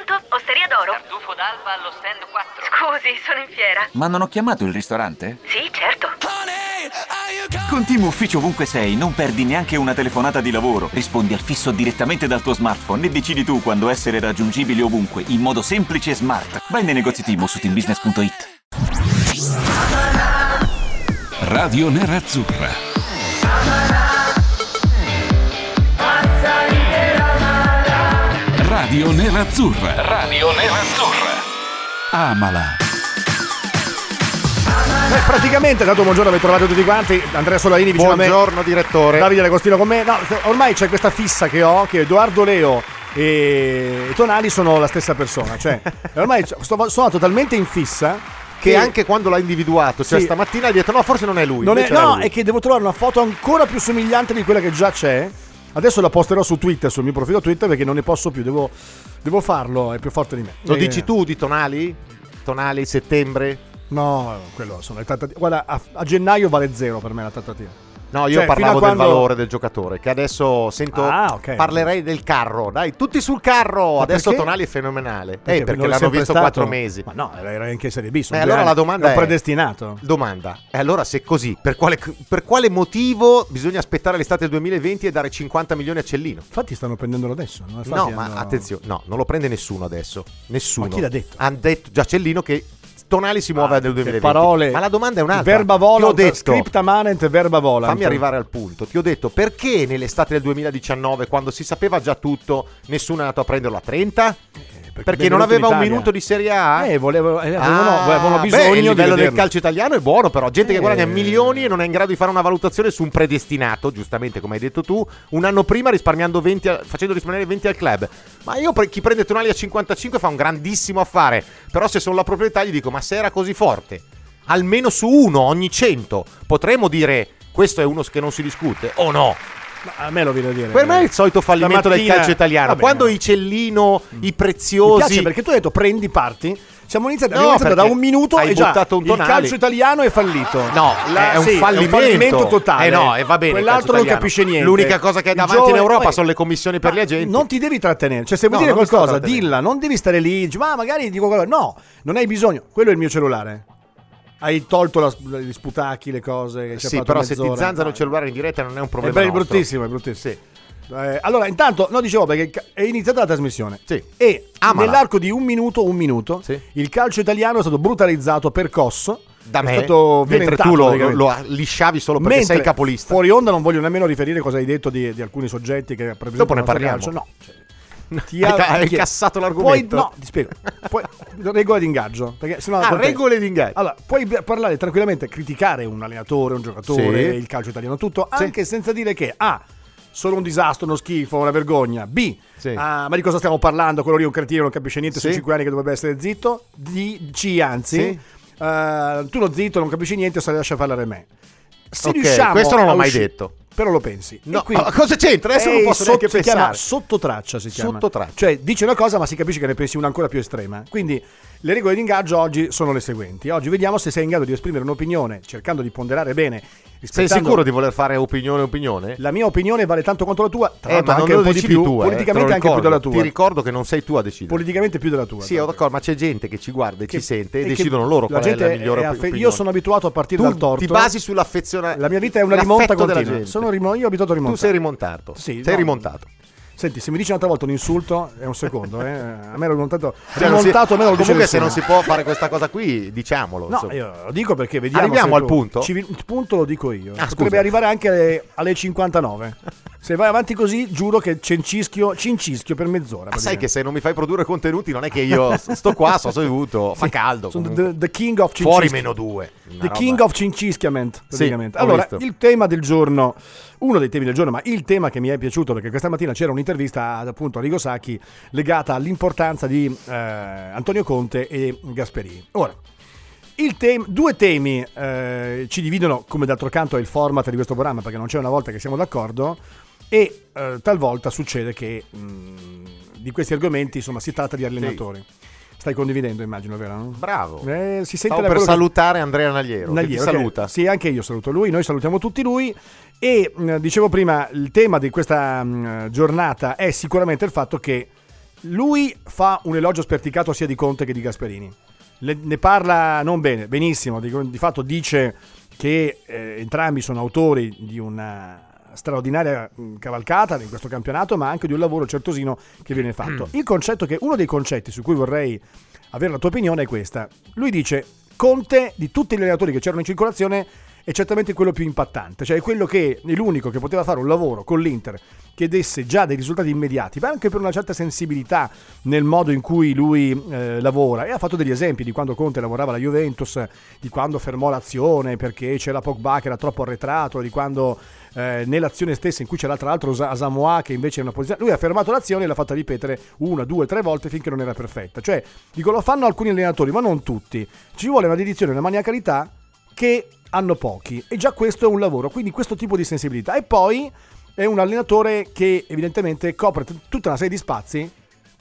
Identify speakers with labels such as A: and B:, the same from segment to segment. A: Osteria d'Oro.
B: Tartufo d'alba allo stand 4.
A: Scusi, sono in fiera.
C: Ma non ho chiamato il ristorante?
A: Sì, certo.
C: Con Team Ufficio ovunque sei non perdi neanche una telefonata di lavoro. Rispondi al fisso direttamente dal tuo smartphone e decidi tu quando essere raggiungibile ovunque, in modo semplice e smart. Vai nei negozi Team o su teambusiness.it.
D: Radio Nerazzurra. Radio Nerazzurra. Radio Nerazzurra. Amala.
E: Beh, Eh, praticamente, dato buongiorno, ben trovati tutti quanti. Andrea Solarini vicino a me.
F: Buongiorno direttore.
E: Davide D'Agostino con me. No, ormai c'è questa fissa che ho che Edoardo Leo e Tonali sono la stessa persona. Cioè, ormai sto- sono totalmente in fissa
F: che anche quando l'ha individuato, cioè
E: Sì.
F: stamattina ha detto no, forse non è lui.
E: Non è-
F: invece era
E: no,
F: lui.
E: è che devo trovare una foto ancora più somigliante di quella che già c'è. Adesso la posterò su Twitter, sul mio profilo Twitter, perché non ne posso più. Devo, devo farlo, è più forte di me.
F: Lo
E: Eh,
F: dici tu di Tonali? Tonali settembre?
E: No, quello sono le trattative. Guarda, a, a gennaio vale zero per me la trattativa.
F: No, io
E: Cioè,
F: parlavo
E: fino a
F: del
E: quando-
F: valore del giocatore, che adesso sento...
E: Ah, ok.
F: Parlerei del carro, dai, tutti sul carro!
E: Ma
F: adesso
E: perché?
F: Tonali è fenomenale. eh, perché
E: non è
F: l'hanno
E: sempre
F: visto
E: stato-
F: quattro mesi.
E: Ma no, era era anche in Serie B.
F: E
E: sono due
F: allora
E: anni.
F: la domanda
E: È
F: è...
E: un predestinato.
F: Domanda. E allora se è così, per quale, per quale motivo bisogna aspettare l'estate 2020 e dare 50 milioni a Cellino?
E: Infatti stanno prendendolo adesso. No, Infatti
F: No, ma
E: hanno-
F: attenzione, no, non lo prende nessuno adesso. Nessuno.
E: Ma chi l'ha detto?
F: Hanno detto Giacellino che Tonali si muove
E: Ah,
F: nel
E: che
F: 2020.
E: Parole.
F: Ma la domanda è un'altra.
E: Verba
F: Ti ho
E: volant,
F: detto,
E: scripta manent, verba volant.
F: fammi arrivare al punto. Ti ho detto perché nell'estate del 2019, quando si sapeva già tutto, nessuno è andato a prenderlo a 30?
E: Eh,
F: Perché, non
E: benvenuto in
F: aveva un
E: Italia.
F: minuto di Serie A?
E: Eh, volevo, eh, avevano,
F: Ah,
E: avevano
F: beh,
E: bisogno
F: il livello
E: di
F: del
E: vederlo.
F: calcio italiano è buono però gente
E: Eh.
F: che guadagna milioni e non è in grado di fare una valutazione su un predestinato giustamente come hai detto tu un anno prima risparmiando 20 al- facendo risparmiare 20 al club ma io pre- chi prende Tonali a 55 fa un grandissimo affare però se sono la proprietà gli dico ma se era così forte almeno su uno ogni 100 potremmo dire questo è uno che non si discute o no
E: Ma A me lo viene a dire.
F: per me è il solito fallimento del
E: Stamattina-
F: calcio italiano
E: Vabbè,
F: quando
E: no.
F: i Cellino i
E: Mm. Mi
F: Preziosi
E: piace perché tu hai detto prendi parti. Siamo iniziati,
F: No,
E: abbiamo iniziato da
F: perché
E: un minuto
F: hai
E: e già
F: buttato un
E: il
F: Tonali.
E: calcio italiano è fallito.
F: No,
E: La-
F: è, un
E: sì,
F: fallimento.
E: totale.
F: Eh no, e va bene. il calcio
E: Quell'altro non
F: italiano.
E: capisce niente.
F: L'unica cosa che è
E: Il
F: davanti
E: giovane-
F: in Europa
E: poi-
F: sono le commissioni per
E: Ma
F: gli agenti.
E: Non ti devi trattenere. Cioè, se vuoi
F: No,
E: dire
F: non mi sto
E: qualcosa,
F: trattenendo.
E: dilla, non devi stare lì. dici, Ma magari dico qualcosa. No, non hai bisogno. Quello è il mio cellulare. Hai tolto la- gli sputacchi, le cose. che ci ha
F: Sì,
E: fatto
F: però se ti
E: mezz'ora.
F: zanzano
E: No.
F: il cellulare in diretta non è un
E: È
F: problema.
E: bello,
F: nostro.
E: bruttissimo, è bruttissimo.
F: Sì.
E: Eh, allora, intanto, no, dicevo perché ca- è iniziata la trasmissione.
F: Sì.
E: E
F: Amala.
E: nell'arco di un minuto, un minuto,
F: Sì.
E: il calcio italiano è stato brutalizzato, percosso.
F: Da
E: è
F: me,
E: stato
F: mentre
E: violentato,
F: tu lo,
E: praticamente.
F: lo lisciavi solo perché
E: Mentre
F: sei capolista.
E: Fuori onda non voglio nemmeno riferire cosa hai detto di, di alcuni soggetti che rappresentano
F: Dopo ne
E: il nostro
F: parliamo.
E: calcio. No. cioè, ti
F: hai,
E: ha-
F: hai
E: ti-
F: cassato
E: Poi,
F: l'argomento.
E: no, ti spiego. Poi, regole di ingaggio. Perché sennò
F: Ah,
E: con te-
F: regole di ingaggio.
E: Allora, puoi b- parlare tranquillamente, criticare un allenatore, un giocatore,
F: Sì.
E: il calcio italiano, tutto,
F: Sì.
E: anche senza dire che A. Sono un disastro, uno schifo, una vergogna. B.
F: Sì.
E: ah, ma di cosa stiamo parlando? Quello lì è un cretino, non capisce niente. Sono
F: Sì.
E: 5 anni che dovrebbe essere zitto. D, C, anzi.
F: Sì.
E: eh, tu lo zitto, non capisci niente, se lascia parlare a me. Se
F: Ok,
E: riusciamo
F: questo non l'ho
E: a
F: mai
E: usci-
F: detto.
E: Però lo pensi.
F: No,
E: E quindi-
F: ma cosa c'entra? Adesso
E: È
F: non
E: il
F: posso
E: sotto-
F: neanche
E: si chiama
F: pensare.
E: Sottotraccia si chiama.
F: Sottotraccia.
E: Cioè, dice una cosa, ma si capisce che ne pensi una ancora più estrema. Quindi le regole di ingaggio oggi sono le seguenti. Oggi vediamo se sei in grado di esprimere un'opinione, cercando di ponderare bene.
F: Sei
E: rispettando-
F: sicuro di voler fare opinione opinione?
E: La mia opinione vale tanto quanto la tua, tra
F: Eh,
E: l'altro
F: ma non
E: anche
F: lo
E: un po' di
F: decidi
E: più,
F: tu, eh, te
E: politicamente
F: lo
E: anche più
F: ricordo.
E: della tua.
F: Ti ricordo che non sei tu a decidere.
E: Politicamente più della tua.
F: Sì, ho
E: tanto.
F: d'accordo, ma c'è gente che ci guarda e
E: Che-
F: ci sente e
E: che
F: decidono
E: la
F: loro qual è la
E: gente
F: migliore
E: è affe-
F: opinione.
E: Io sono abituato a partire
F: Tu
E: dal torto.
F: Ti basi sull'affezione.
E: La mia vita è una rimonta
F: l'affetto della
E: continua.
F: gente.
E: Sono rimo- io ho abituato a
F: Tu
E: rimontare.
F: sei rimontato.
E: Sì,
F: sei
E: no.
F: rimontato.
E: Senti, se mi dici un'altra volta un insulto, è un secondo, eh. A me l'ho rimontato,
F: Cioè, non si-
E: rimontato a me non lo dice
F: Comunque, se
E: nessuno.
F: non si può fare questa cosa qui, diciamolo.
E: No,
F: insomma.
E: io lo dico perché vediamo.
F: Arriviamo
E: se
F: al
E: tu-
F: punto?
E: Ci- il punto lo dico io.
F: Ah,
E: Potrebbe
F: scusa.
E: arrivare anche alle, alle 59. Se vai avanti così, giuro che cincischio, cincischio per mezz'ora.
F: Ah, sai
E: praticamente.
F: che se non mi fai produrre contenuti, non è che io sto qua, sto seduto, fa
E: Sì,
F: caldo.
E: Sono
F: comunque.
E: the, the King of Cincischio.
F: Fuori meno due.
E: The King of Cincischioment, praticamente.
F: ho
E: allora,
F: visto.
E: il tema del giorno, uno dei temi del giorno, ma il tema che mi è piaciuto perché questa mattina c'era un'intervista ad, appunto a Rigo Sacchi legata all'importanza di eh, Antonio Conte e Gasperini. Ora, il tem- due temi eh, ci dividono, come d'altro canto è il format di questo programma, perché non c'è una volta che siamo d'accordo e eh, talvolta succede che mh, di questi argomenti insomma si tratta di allenatori. Stai condividendo, immagino, vero? no?
F: Bravo.
E: Eh, si sente
F: Stavo
E: da
F: per
E: quello che-
F: salutare Andrea Nagliero. che ti
E: Nagliero, ok.
F: saluta.
E: Sì, anche io saluto lui, noi salutiamo tutti lui. mm, E mh, dicevo prima, il tema di questa mh, giornata è sicuramente il fatto che Lui fa un elogio sperticato sia di Conte che di Gasperini. Le- ne parla non bene, benissimo. Di, di fatto dice che eh, entrambi sono autori di una straordinaria mh, cavalcata in questo campionato, ma anche di un lavoro certosino che viene fatto.
F: Mm.
E: Il concetto che uno dei concetti su cui vorrei avere la tua opinione è questa. Lui dice Conte di tutti gli allenatori che c'erano in circolazione è certamente quello più impattante, cioè è quello che è l'unico che poteva fare un lavoro con l'Inter che desse già dei risultati immediati, ma anche per una certa sensibilità nel modo in cui lui eh, lavora e ha fatto degli esempi di quando Conte lavorava alla Juventus, di quando fermò l'azione perché c'era Pogba che era troppo arretrato, di quando eh, nell'azione stessa in cui c'era tra l'altro Sa- Samoa che invece è una posizione, lui ha fermato l'azione e l'ha fatta ripetere una, due, tre volte finché non era perfetta, cioè dico lo fanno alcuni allenatori ma non tutti, ci vuole una dedizione, una maniacalità che hanno pochi e già questo è un lavoro, quindi questo tipo di sensibilità. E poi è un allenatore che evidentemente copre t- tutta una serie di spazi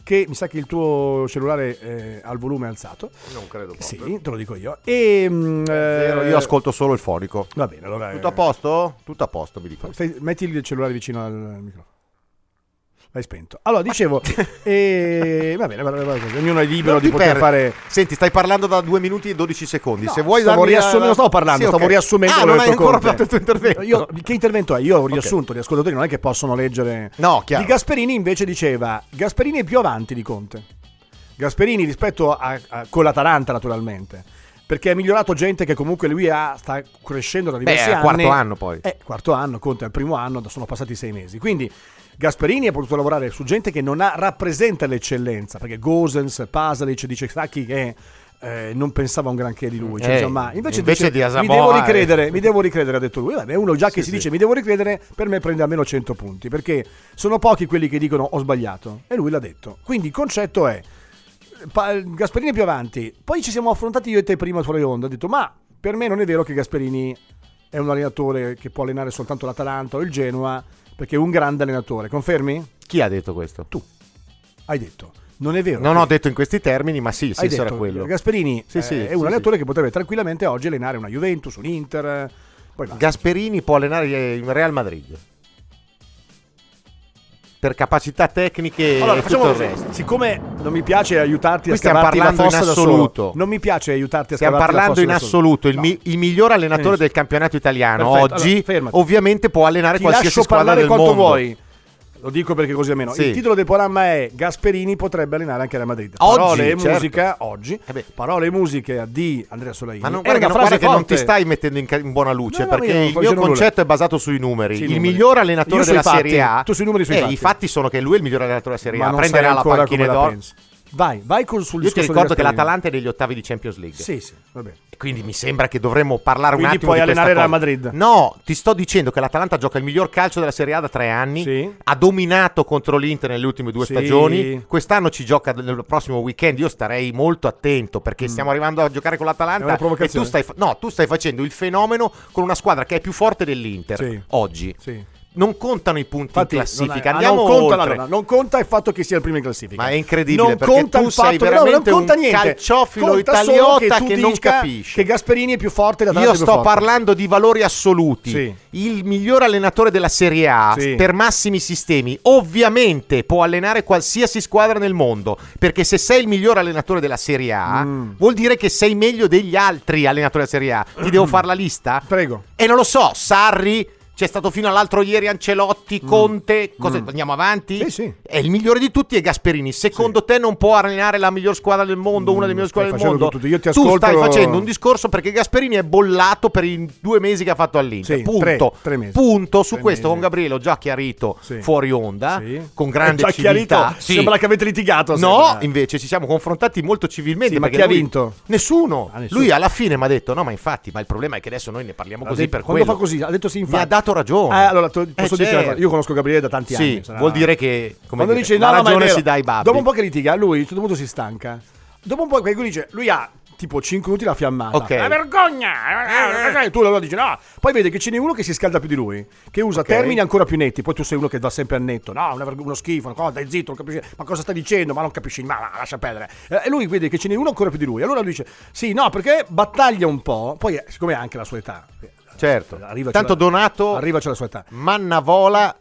E: che mi sa che il tuo cellulare eh, ha il volume alzato.
F: Non credo proprio.
E: Sì, eh, te lo dico io. E, mm,
F: Zero,
E: eh,
F: Io ascolto solo il fonico.
E: Va bene, allora... eh,
F: Tutto a posto? Tutto a posto, mi dico.
E: stai- metti il cellulare vicino al microfono. L'hai spento. Allora, dicevo... e, va bene, va bene, va bene, ognuno è libero
F: Non
E: di
F: ti
E: poter
F: per-
E: fare...
F: Senti, stai parlando da 2 minuti e 12 secondi.
E: No,
F: Se vuoi
E: stavo
F: darmi la-
E: riassumendo, non stavo parlando,
F: Sì,
E: stavo
F: ok.
E: riassumendo
F: Ah,
E: quello
F: non
E: del
F: hai
E: tuo
F: ancora
E: Conte.
F: fatto il tuo intervento.
E: Io- che intervento è? Io ho riassunto, gli ascoltatori non è che possono leggere.
F: No, chiaro.
E: Di Gasperini invece diceva: Gasperini è più avanti di Conte. Gasperini rispetto a, a- con l'Atalanta, naturalmente. Perché ha migliorato gente che comunque lui ha, sta crescendo da
F: Beh,
E: diversi
F: è il
E: anni.
F: quarto anno poi.
E: Eh, quarto anno, Conte è il primo anno, sono passati sei mesi. Quindi Gasperini ha potuto lavorare su gente che non ha- rappresenta l'eccellenza, perché Gosens, Pasalic, dice Sacchi che eh, non pensava un granché di lui. Cioè,
F: Eh,
E: insomma, invece,
F: invece
E: dice,
F: di Asamoah,
E: mi devo
F: eh."
E: ricredere, mi devo ricredere, ha detto lui. Vabbè, uno già che
F: Sì,
E: si
F: sì.
E: dice mi devo ricredere, per me prende almeno 100 punti, perché sono pochi quelli che dicono ho sbagliato. E lui l'ha detto. Quindi il concetto è... Pa- Gasperini è più avanti. Poi ci siamo affrontati io e te prima fuori onda. Ho detto, ma per me non è vero che Gasperini è un allenatore che può allenare soltanto l'Atalanta o il Genoa, perché è un grande allenatore. Confermi?
F: Chi ha detto questo? Tu.
E: Hai detto. Non è vero.
F: Non ho detto in questi termini, ma sì, il
E: Hai
F: senso era
E: detto,
F: quello.
E: Gasperini
F: Sì,
E: eh,
F: sì,
E: è
F: sì,
E: un
F: sì.
E: allenatore che potrebbe tranquillamente oggi allenare una Juventus, un Inter. eh, Poi va.
F: Gasperini può allenare il Real Madrid. Per capacità tecniche
E: Allora,
F: e
E: facciamo
F: tutto il
E: così.
F: resto.
E: Siccome non mi piace aiutarti
F: Qui
E: a
F: stiamo
E: scavarti la
F: parlando
E: fossa
F: in
E: da solo.
F: assoluto.
E: Non mi piace aiutarti a
F: Stiamo
E: scavarti la
F: parlando
E: fossa
F: in
E: da solo.
F: assoluto, il,
E: No.
F: mi- il miglior allenatore
E: Benissimo.
F: del campionato italiano
E: Perfetto,
F: oggi
E: allora, fermati.
F: ovviamente può allenare
E: Ti
F: qualsiasi
E: lascio
F: squadra
E: parlare
F: del
E: quanto
F: mondo.
E: vuoi. Lo dico perché così almeno.
F: Sì.
E: Il titolo del programma è Gasperini potrebbe allenare anche la Madrid.
F: Oggi,
E: Parole e
F: certo.
E: musica oggi.
F: Eh beh.
E: parole e musiche di Andrea Solaini.
F: Ma non,
E: È una
F: guarda, che non-
E: frase
F: guarda che non ti
E: forte.
F: stai mettendo in, ca- in buona luce
E: No, no,
F: perché
E: io non
F: il
E: sto
F: mio
E: dicendo nulla.
F: concetto è basato sui numeri.
E: Sui
F: il
E: numeri.
F: miglior
E: Io
F: allenatore
E: sui
F: della
E: fatti.
F: Serie A.
E: Tu sui numeri, sui
F: eh,
E: fatti.
F: I fatti sono che lui è il miglior allenatore della Serie
E: Ma
F: A.
E: non
F: Prenderà
E: sai
F: la
E: ancora
F: panchina
E: come la
F: d'oro.
E: pensi. Vai, vai col, sul
F: Io
E: discorso di
F: ti ricordo che
E: Gasperini.
F: l'Atalanta è degli ottavi di Champions League.
E: Sì, sì, va bene.
F: E Quindi mi sembra che dovremmo parlare
E: Quindi
F: un attimo
E: puoi
F: di questa
E: allenare
F: cosa.
E: il Real Madrid.
F: No, ti sto dicendo che l'Atalanta gioca il miglior calcio della Serie A da tre anni.
E: Sì.
F: Ha dominato contro l'Inter nelle ultime due
E: Sì.
F: stagioni. Quest'anno ci gioca nel prossimo weekend. Io starei molto attento perché stiamo arrivando a giocare con
E: Mm. È
F: l'Atalanta.
E: una
F: e
E: provocazione.
F: tu stai, fa- no, tu stai facendo il fenomeno con una squadra che è più forte dell'Inter
E: Sì.
F: oggi.
E: Sì.
F: Non contano i punti
E: Infatti,
F: in
E: non
F: classifica.
E: è- ah,
F: Andiamo
E: non conta,
F: oltre.
E: allora, non conta il fatto che sia il primo in classifica.
F: Ma è incredibile,
E: Non
F: perché
E: conta
F: tu
E: il fatto
F: sei
E: che-
F: veramente
E: no, non conta
F: un
E: niente.
F: calciofilo
E: Conta solo
F: italiota
E: tu
F: che non
E: dica
F: capisci.
E: Che Gasperini è più forte da
F: Io sto parlando di valori assoluti.
E: Sì.
F: Il miglior allenatore della Serie A
E: Sì.
F: per massimi sistemi, ovviamente può allenare qualsiasi squadra nel mondo. Perché se sei il miglior allenatore della Serie A,
E: Mm.
F: vuol dire che sei meglio degli altri allenatori della Serie A. Ti devo fare la lista?
E: Prego.
F: E non lo so, Sarri. C'è stato fino all'altro ieri Ancelotti, Conte. Cosa, Andiamo avanti?
E: Mm. Sì, sì.
F: È il migliore di tutti è Gasperini. Secondo te non può allenare la miglior squadra del mondo,
E: Mm,
F: una delle migliori
E: stai
F: squadre del
E: facendo
F: mondo?
E: tutto. Io ti
F: Tu stai
E: ascolto-
F: facendo un discorso perché Gasperini è bollato per i due mesi che ha fatto all'Inter.
E: Sì,
F: punto.
E: tre- tre mesi.
F: Punto. Su
E: Tre
F: questo
E: mesi.
F: con Gabriele ho già chiarito
E: Sì.
F: fuori onda,
E: Sì.
F: Ah? con grande
E: È già chiarito?
F: civiltà.
E: Sembra che avete litigato,
F: No,
E: sembra.
F: invece ci siamo confrontati molto civilmente.
E: Esatto, Sì, ma
F: perché
E: chi ha
F: lui-
E: vinto?
F: Nessuno.
E: Ah, nessuno.
F: Lui alla fine mi ha detto, no ma infatti, ma il problema è che adesso noi ne parliamo così per
E: quando
F: quello.
E: fa così, ha detto sì, infatti.
F: Mi ha dato ragione.
E: Eh, allora, to-
F: Eh,
E: posso dirti una
F: certo.
E: cosa? Io conosco Gabriele da tanti
F: Sì,
E: anni. sarà-
F: vuol dire che come
E: quando
F: dire,
E: dice no,
F: la
E: no, ma è
F: ragione
E: vero.
F: si dà ai babbi.
E: Dopo un po' che litiga, lui a un certo punto si stanca. Dopo un po' che lui dice, lui ha tipo 5 minuti la fiammata.
F: Ok.
E: La vergogna! E tu allora dici no. Poi vede che ce n'è uno che si scalda più di lui, che usa termini ancora più netti. Poi tu sei uno che va sempre a netto. No, una verg- uno schifo, una cosa, dai zitto, non capisci. Ma cosa stai dicendo? Ma non capisci, ma, ma lascia perdere. Eh, E lui vede che ce n'è uno ancora più di lui. Allora lui dice "Sì, no, perché battaglia un po'". Poi eh, siccome ha anche la sua età. eh,
F: Certo.
E: Arrivaci
F: Tanto
E: alla-
F: Donato
E: Arrivaci alla sua età.
F: Mannavola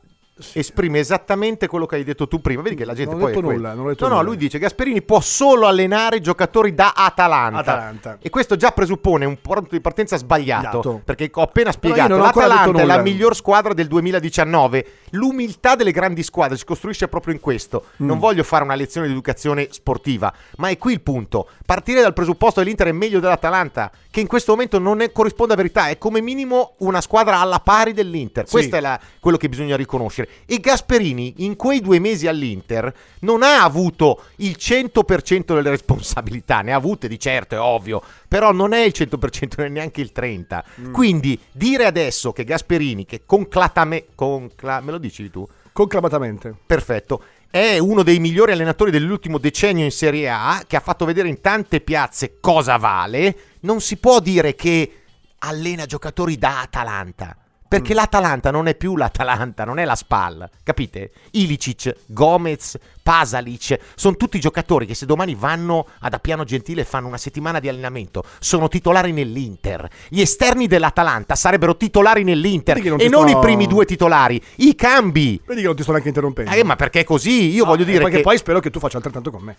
F: esprime esattamente quello che hai detto tu prima. Vedi che la gente
E: Non ho
F: poi. è
E: detto
F: quella.
E: nulla, non ho detto
F: no, no,
E: nulla.
F: lui dice: Gasperini può solo allenare i giocatori da Atalanta.
E: Atalanta.
F: E questo già presuppone un punto di partenza sbagliato.
E: Sbagliato.
F: Perché ho appena
E: Però io
F: spiegato:
E: non ho ancora detto
F: l'Atalanta è la
E: nulla.
F: miglior squadra del 2019. L'umiltà delle grandi squadre si costruisce proprio in questo. Non
E: Mm.
F: voglio fare una lezione di educazione sportiva, ma è qui il punto. Partire dal presupposto che l'Inter è meglio dell'Atalanta, che in questo momento non è- corrisponde a verità, è come minimo una squadra alla pari dell'Inter.
E: Sì.
F: Questo è la- quello che bisogna riconoscere. E Gasperini, in quei due mesi all'Inter, non ha avuto il 100% delle responsabilità, ne ha avute di certo, è ovvio, però non è il 100%, non è neanche il 30%. Quindi dire adesso che Gasperini, che conclatame, concla, me lo dici tu?
E: Conclamatamente.
F: Perfetto. È uno dei migliori allenatori dell'ultimo decennio in Serie A, che ha fatto vedere in tante piazze cosa vale. Non si può dire che allena giocatori da Atalanta.
E: Mm.
F: Perché l'Atalanta non è più l'Atalanta, non è la SPAL, capite? Ilicic, Gomez, Pasalic, sono tutti giocatori che se domani vanno ad Appiano Gentile e fanno una settimana di allenamento, sono titolari nell'Inter. Gli esterni dell'Atalanta sarebbero titolari nell'Inter
E: Vedi che non
F: e
E: ti
F: non
E: sto-
F: i primi due titolari, i cambi.
E: Vedi che non ti sto neanche interrompendo.
F: Eh, ma perché così? Io
E: No, Esatto.
F: voglio
E: eh,
F: dire
E: Perché
F: che...
E: poi spero che tu faccia altrettanto con me.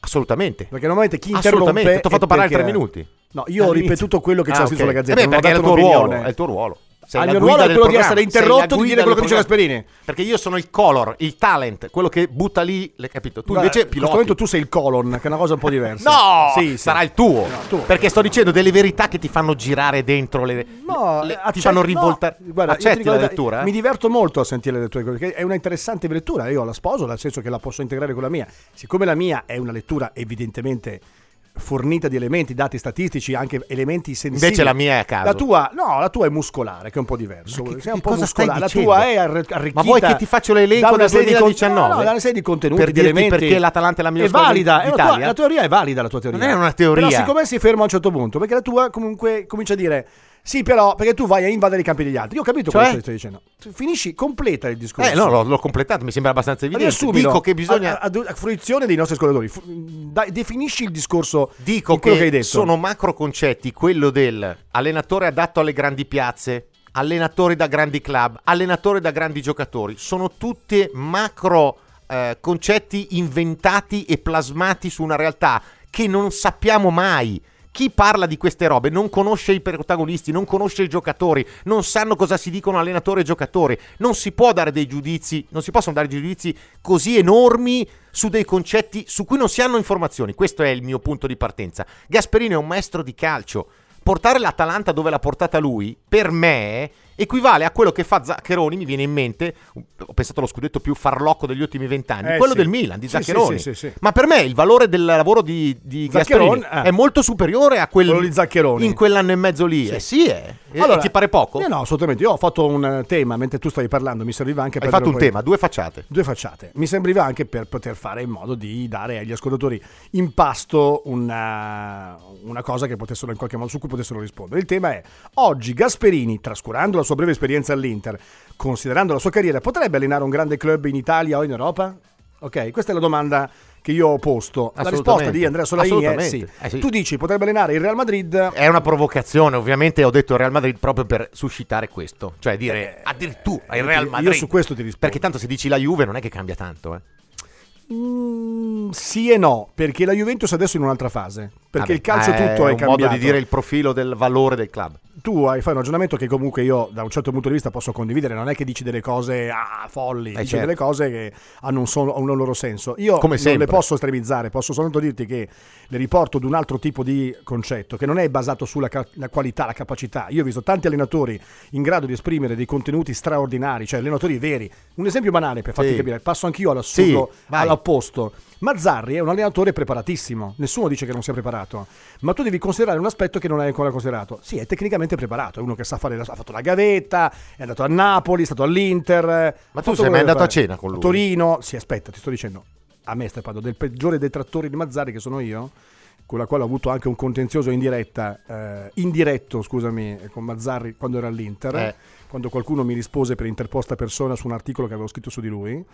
F: Assolutamente.
E: Perché normalmente chi interrompe...
F: Assolutamente. Ti ho
E: è
F: fatto parlare
E: perché-
F: tre minuti.
E: No, io ho
F: All'inizio.
E: ripetuto quello che c'è
F: Ah,
E: scritto
F: ok.
E: sulla gazzetta.
F: Eh beh,
E: non ho
F: perché è il
E: dato
F: tuo ruolo.
E: un'opinione.
F: È il tuo ruolo.
E: Ah, il
F: la
E: mio
F: guida
E: ruolo è
F: del
E: quello di essere
F: programma, sei la
E: interrotto, di dire
F: guida
E: quello
F: del
E: che dice
F: programma.
E: Gasperini.
F: Perché io sono il color, il talent, quello che butta lì, l'hai capito? Tu
E: Guarda,
F: invece
E: In questo
F: piloti.
E: momento tu sei il colon, che è una cosa un po' diversa.
F: No,
E: Sì, sì.
F: sarà il tuo.
E: No, tu.
F: Perché sto dicendo delle verità che ti fanno girare dentro le,
E: No,
F: le-
E: accetto-
F: ti fanno
E: no,
F: rivoltare.
E: guarda, io ti
F: Accetti
E: dico
F: la
E: verità,
F: lettura?
E: Mi diverto molto a sentire le tue cose, perché è una interessante lettura. Io la sposo, nel senso che la posso integrare con la mia. Siccome la mia è una lettura evidentemente fornita di elementi, dati statistici, anche elementi sensibili.
F: Invece la mia è a caso.
E: La tua, no, la tua è muscolare, che è un po' diverso.
F: Ma che-
E: Sei un
F: che
E: po'
F: cosa stai
E: muscolare. La
F: dicendo?
E: tua è arre- arricchita.
F: Ma vuoi che ti faccio l'elenco
E: da una
F: del
E: serie di con-
F: 2019?
E: No, no, da una serie di contenuti,
F: Per
E: di
F: dirti
E: elementi.
F: perché l'Atalanta è la miglior
E: È
F: squadra
E: valida, è la tua-
F: d'Italia?
E: la teoria è valida, la tua teoria.
F: Non è una teoria.
E: Però siccome si ferma a un certo punto, perché la tua comunque comincia a dire... Sì, però, perché tu vai a invadere i campi degli altri. Io ho capito
F: Cioè?
E: quello che stai dicendo. Finisci, completa il discorso.
F: Eh, no, l'ho, l'ho completato, mi sembra abbastanza evidente.
E: Riassumilo.
F: Dico che bisogna.
E: A, a- a fruizione dei nostri ascoltatori, fu- dai, definisci il discorso
F: Dico
E: di quello
F: che,
E: che, hai detto.
F: sono macro concetti, quello del allenatore adatto alle grandi piazze, allenatore da grandi club, allenatore da grandi giocatori, sono tutte macro eh, concetti inventati e plasmati su una realtà che non sappiamo mai. Chi parla di queste robe non conosce i protagonisti, non conosce i giocatori, non sanno cosa si dicono allenatore e giocatore, non si può dare dei giudizi, non si possono dare giudizi così enormi su dei concetti su cui non si hanno informazioni. Questo è il mio punto di partenza. Gasperini è un maestro di calcio. Portare l'Atalanta dove l'ha portata lui, per me, equivale a quello che fa Zaccheroni, mi viene in mente, ho pensato allo scudetto più farlocco degli ultimi vent'anni,
E: Eh,
F: quello
E: sì.
F: del Milan, di
E: Sì, sì,
F: Zaccheroni.
E: sì, sì, sì.
F: Ma per me il valore del lavoro di, di
E: Zaccheroni,
F: Gasperini
E: eh.
F: è molto superiore a quello
E: Quello di Zaccheroni.
F: In quell'anno e mezzo lì.
E: Sì.
F: Eh sì, eh. E-
E: Allora-
F: e ti pare poco?
E: Eh no, assolutamente. Io ho fatto un eh, tema mentre tu stavi parlando, mi serviva anche per
F: Hai fatto un
E: poi-
F: tema, due facciate.
E: Due facciate. Mi sembrava anche per poter fare in modo di dare agli ascoltatori in pasto una, una cosa che potessero in qualche modo su cui potessero rispondere. Il tema è: oggi Gasperini, trascurando la sua breve esperienza all'Inter, considerando la sua carriera, potrebbe allenare un grande club in Italia o in Europa? Ok, questa è la domanda che io ho posto. La risposta
F: Assolutamente.
E: di Andrea Solaini è sì.
F: Assolutamente. Eh sì.
E: Tu dici potrebbe allenare il Real Madrid
F: È una provocazione, ovviamente ho detto Real Madrid proprio per suscitare questo, cioè dire addirittura
E: io
F: il
E: ti-
F: Real
E: Eh, io
F: Madrid.
E: su questo ti rispondo.
F: Perché tanto se dici la Juve non è che cambia tanto, eh.
E: Mm, sì e no, perché la Juventus adesso è in un'altra fase. Perché
F: Vabbè, eh,
E: il calcio tutto è
F: un
E: cambiato.
F: modo di dire il profilo del valore del club.
E: Tu hai, fai un ragionamento che comunque io da un certo punto di vista posso condividere, non è che dici delle cose ah, folli, dici
F: certo.
E: delle cose che hanno un, solo- hanno un loro senso. Io
F: Come
E: non
F: sempre.
E: le posso estremizzare, posso soltanto dirti che le riporto ad un altro tipo di concetto che non è basato sulla ca- la qualità, la capacità. Io ho visto tanti allenatori in grado di esprimere dei contenuti straordinari, cioè allenatori veri. Un esempio banale per farti
F: Sì.
E: capire, passo anch'io all'assurdo,
F: Sì, vai.
E: all'opposto. Mazzarri è un allenatore preparatissimo, nessuno dice che non sia preparato, ma tu devi considerare un aspetto che non hai ancora considerato. Sì, è tecnicamente preparato, è uno che sa fare, la- ha fatto la gavetta, è andato a Napoli, è stato all'Inter.
F: Ma
E: ha
F: tu
E: fatto
F: sei
E: quello
F: mai
E: che
F: andato
E: fare.
F: a cena con lui?
E: Torino, sì, aspetta, ti sto dicendo, a me stai parlando del peggiore detrattori di Mazzarri che sono io, con la quale ho avuto anche un contenzioso in diretta, eh, indiretto, scusami, con Mazzarri quando era all'Inter,
F: Eh.
E: quando qualcuno mi rispose per interposta persona su un articolo che avevo scritto su di lui.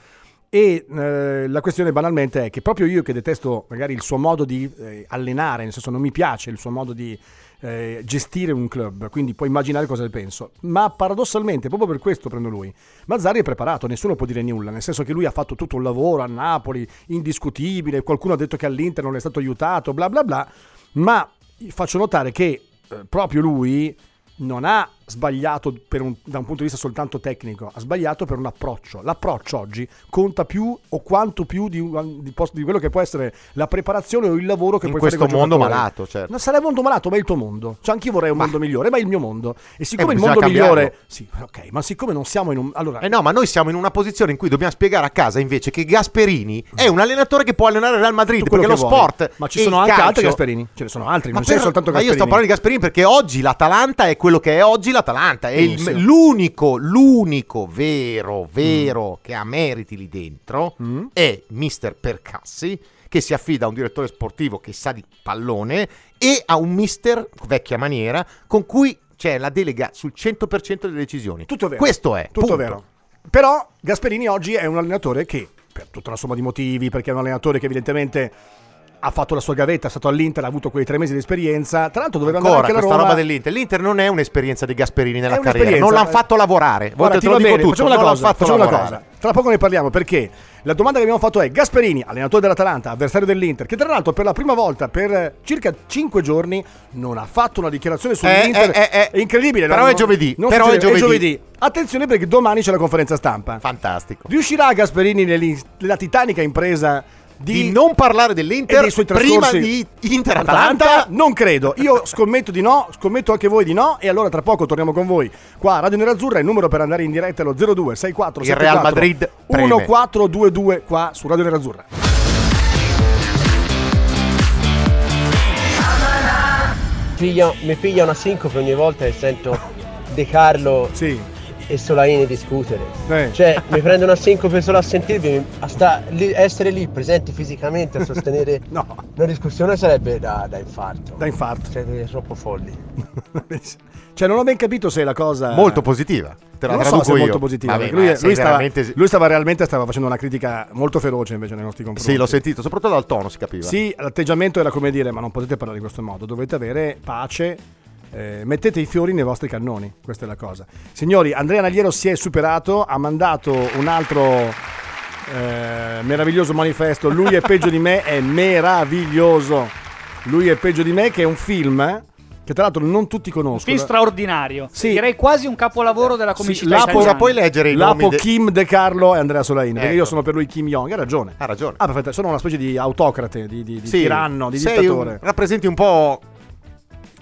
E: E eh, la questione banalmente è che proprio io che detesto magari il suo modo di eh, allenare, nel senso non mi piace il suo modo di eh, gestire un club, quindi puoi immaginare cosa ne penso. Ma paradossalmente, proprio per questo prendo lui, Mazzari è preparato, nessuno può dire nulla, nel senso che lui ha fatto tutto un lavoro a Napoli, indiscutibile, qualcuno ha detto che all'Inter non è stato aiutato, bla bla bla, ma faccio notare che eh, proprio lui non ha sbagliato per un- da un punto di vista soltanto tecnico, ha sbagliato per un approccio. L'approccio oggi conta più o quanto più di, di pos- di quello che può essere la preparazione o il lavoro che
F: in
E: puoi fare
F: questo
E: col
F: mondo
E: giocatore.
F: malato, certo.
E: Non sarà un mondo malato, ma è il tuo mondo. Cioè, anch'io vorrei un
F: Ma- Eh,
E: mondo migliore, ma è il mio mondo. E siccome il
F: bisogna
E: mondo
F: cambiarlo.
E: migliore. Sì, ok, ma siccome non siamo in un. Allora,
F: Eh no, ma noi siamo in una posizione in cui dobbiamo spiegare a casa invece che Gasperini è un allenatore che può allenare il Real Madrid
E: tutto quello
F: perché lo
E: che vuoi.
F: sport
E: Ma ci
F: e
E: sono
F: il
E: anche
F: calcio-
E: altri Gasperini. Ce ne sono altri,
F: Ma,
E: non c'è
F: per-
E: Cioè, soltanto
F: ma io
E: Gasperini.
F: sto parlando di Gasperini perché oggi l'Atalanta è quello che è oggi l'Atalanta. È il-
E: Benissimo.
F: l'unico, l'unico vero, vero che ha meriti lì dentro
E: Mm?
F: è Mister Percassi che si affida a un direttore sportivo che sa di pallone e a un mister, vecchia maniera, con cui c'è la delega sul 100% delle decisioni.
E: Tutto vero.
F: Questo è.
E: Tutto
F: punto.
E: vero. Però Gasperini oggi è un allenatore che, per tutta una somma di motivi, perché è un allenatore che evidentemente ha fatto la sua gavetta, è stato all'Inter, ha avuto quei tre mesi di esperienza. Tra l'altro doveva
F: Ancora
E: andare anche la
F: questa
E: Roma.
F: roba dell'Inter. L'Inter non è un'esperienza di Gasperini
E: È
F: nella carriera.
E: un'esperienza.
F: Non l'hanno fatto lavorare.
E: Guarda,
F: Volete
E: ti
F: te lo
E: va
F: dico
E: bene,
F: tutto.
E: facciamo una
F: non l'hanno
E: cosa,
F: fatto
E: facciamo una
F: lavorare.
E: cosa. Tra poco ne parliamo perché la domanda che abbiamo fatto è Gasperini, allenatore dell'Atalanta, avversario dell'Inter, che tra l'altro per la prima volta per eh, circa 5 giorni non ha fatto una dichiarazione sull'Inter.
F: eh, eh, eh.
E: È incredibile.
F: Però
E: non-
F: è giovedì,
E: non
F: però è
E: succede-
F: giovedì.
E: Attenzione perché domani c'è la conferenza stampa.
F: Fantastico.
E: Riuscirà Gasperini nell'in- nella titanica impresa di,
F: Di non parlare
E: e
F: dell'Inter
E: dei suoi
F: prima
E: trascorsi
F: di Inter-Atalanta.
E: Non credo. Io scommetto di no, scommetto anche voi di no. E allora tra poco torniamo con voi. Qua a Radio Nerazzurra il numero per andare in diretta è lo 0264
F: Il Real Madrid preme.
E: 1422 qua su Radio Nerazzurra.
G: Piglia- mi piglia una sincope ogni volta che sento De Carlo
E: Sì.
G: e Solaini discutere.
E: Eh.
G: Cioè, mi prendo una sincope solo a sentirvi, a sta- lì- essere lì presenti fisicamente a sostenere
E: No.
G: una discussione sarebbe da, da infarto.
E: Da infarto.
G: Siete troppo folli.
E: cioè non ho ben capito se la cosa
F: Molto positiva. Te la
E: Eh. non lo so
F: traduco
E: se è
F: io.
E: molto positiva.
F: Vabbè,
E: perché
F: ma
E: lui,
F: sei
E: lui stava,
F: veramente-
E: lui stava realmente stava facendo una critica molto feroce invece nei nostri confronti.
F: Sì, l'ho sentito, soprattutto dal tono si capiva.
E: Sì, l'atteggiamento era come dire, ma non potete parlare in questo modo, dovete avere pace. eh, mettete i fiori nei vostri cannoni, questa è la cosa. Signori, Andrea Nagliero si è superato, ha mandato un altro eh, meraviglioso manifesto. Lui è peggio di me, è meraviglioso. Lui è peggio di me, che è un film eh, che tra l'altro non tutti conoscono.
H: Film straordinario.
E: Sì.
H: Direi quasi un capolavoro della comicità
E: la
H: italiana.
E: posa-
F: puoi leggere i
E: Lapo
F: nomi de-
E: Kim De Carlo e Andrea Solain. Perché
F: Ecco.
E: io sono per lui Kim Jong, ha ragione.
F: Ha ragione.
E: Ah, perfetto, sono una specie di autocrate, di, di- di
F: Sì,
E: tiranno, di
F: sei
E: dittatore.
F: un- rappresenti un po'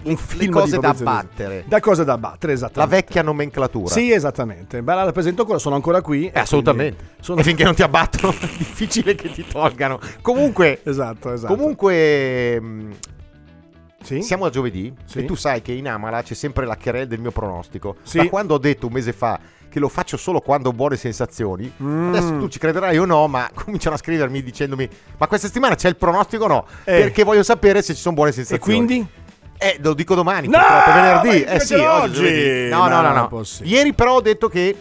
E: un
F: le
E: film di
F: cose da
E: Fabrizio
F: battere.
E: Luisi. Da cose da battere,
F: La
E: esattamente.
F: vecchia nomenclatura.
E: Sì, esattamente. Beh, la rappresento ancora, sono ancora qui. e
F: Eh, assolutamente.
E: quindi sono-
F: E finché non ti abbattono è difficile che ti tolgano. Comunque,
E: Esatto, esatto.
F: comunque mh,
E: Sì?
F: siamo a giovedì
E: Sì.
F: e tu sai che in Amala c'è sempre la querel del mio pronostico.
E: Sì.
F: Da quando ho detto un mese fa che lo faccio solo quando ho buone sensazioni,
E: Mm.
F: adesso tu ci crederai o no, ma cominciano a scrivermi dicendomi "Ma questa settimana c'è il pronostico o no?"
E: Eh.
F: Perché voglio sapere se ci sono buone
E: E
F: sensazioni.
E: quindi?
F: Eh, lo dico domani,
E: No,
F: purtroppo, venerdì.
E: ma
F: Eh sì,
E: invece
F: oggi.
E: oggi.
F: giovedì. No,
E: Ma
F: no, no,
E: non è
F: no.
E: possibile.
F: Ieri però ho detto che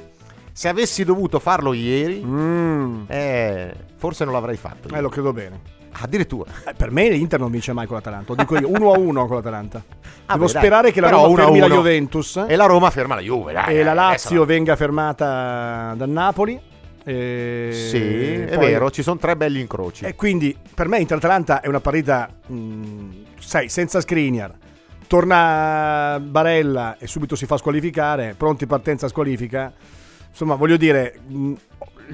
F: se avessi dovuto farlo ieri,
E: Mm,
F: eh, forse non l'avrei fatto.
E: eh, lo credo bene.
F: Addirittura.
E: Eh, per me l'Inter non vince mai con l'Atalanta. Lo dico io, 1 a 1 con l'Atalanta.
F: Ah,
E: Devo
F: beh, dai.
E: sperare che la
F: Però
E: Roma
F: uno a
E: fermi la
F: uno.
E: Juventus.
F: E la Roma ferma la eh, Juve, dai.
E: e la
F: dai, adesso
E: Lazio
F: la-
E: venga fermata da Napoli. E
F: Sì, è
E: poi- Eh,
F: vero, ci sono tre belli incroci.
E: E quindi per me Inter-Atalanta è una partita, mh, sai, senza screener. Torna Barella e subito si fa squalificare, pronti partenza squalifica. Insomma, voglio dire, mh,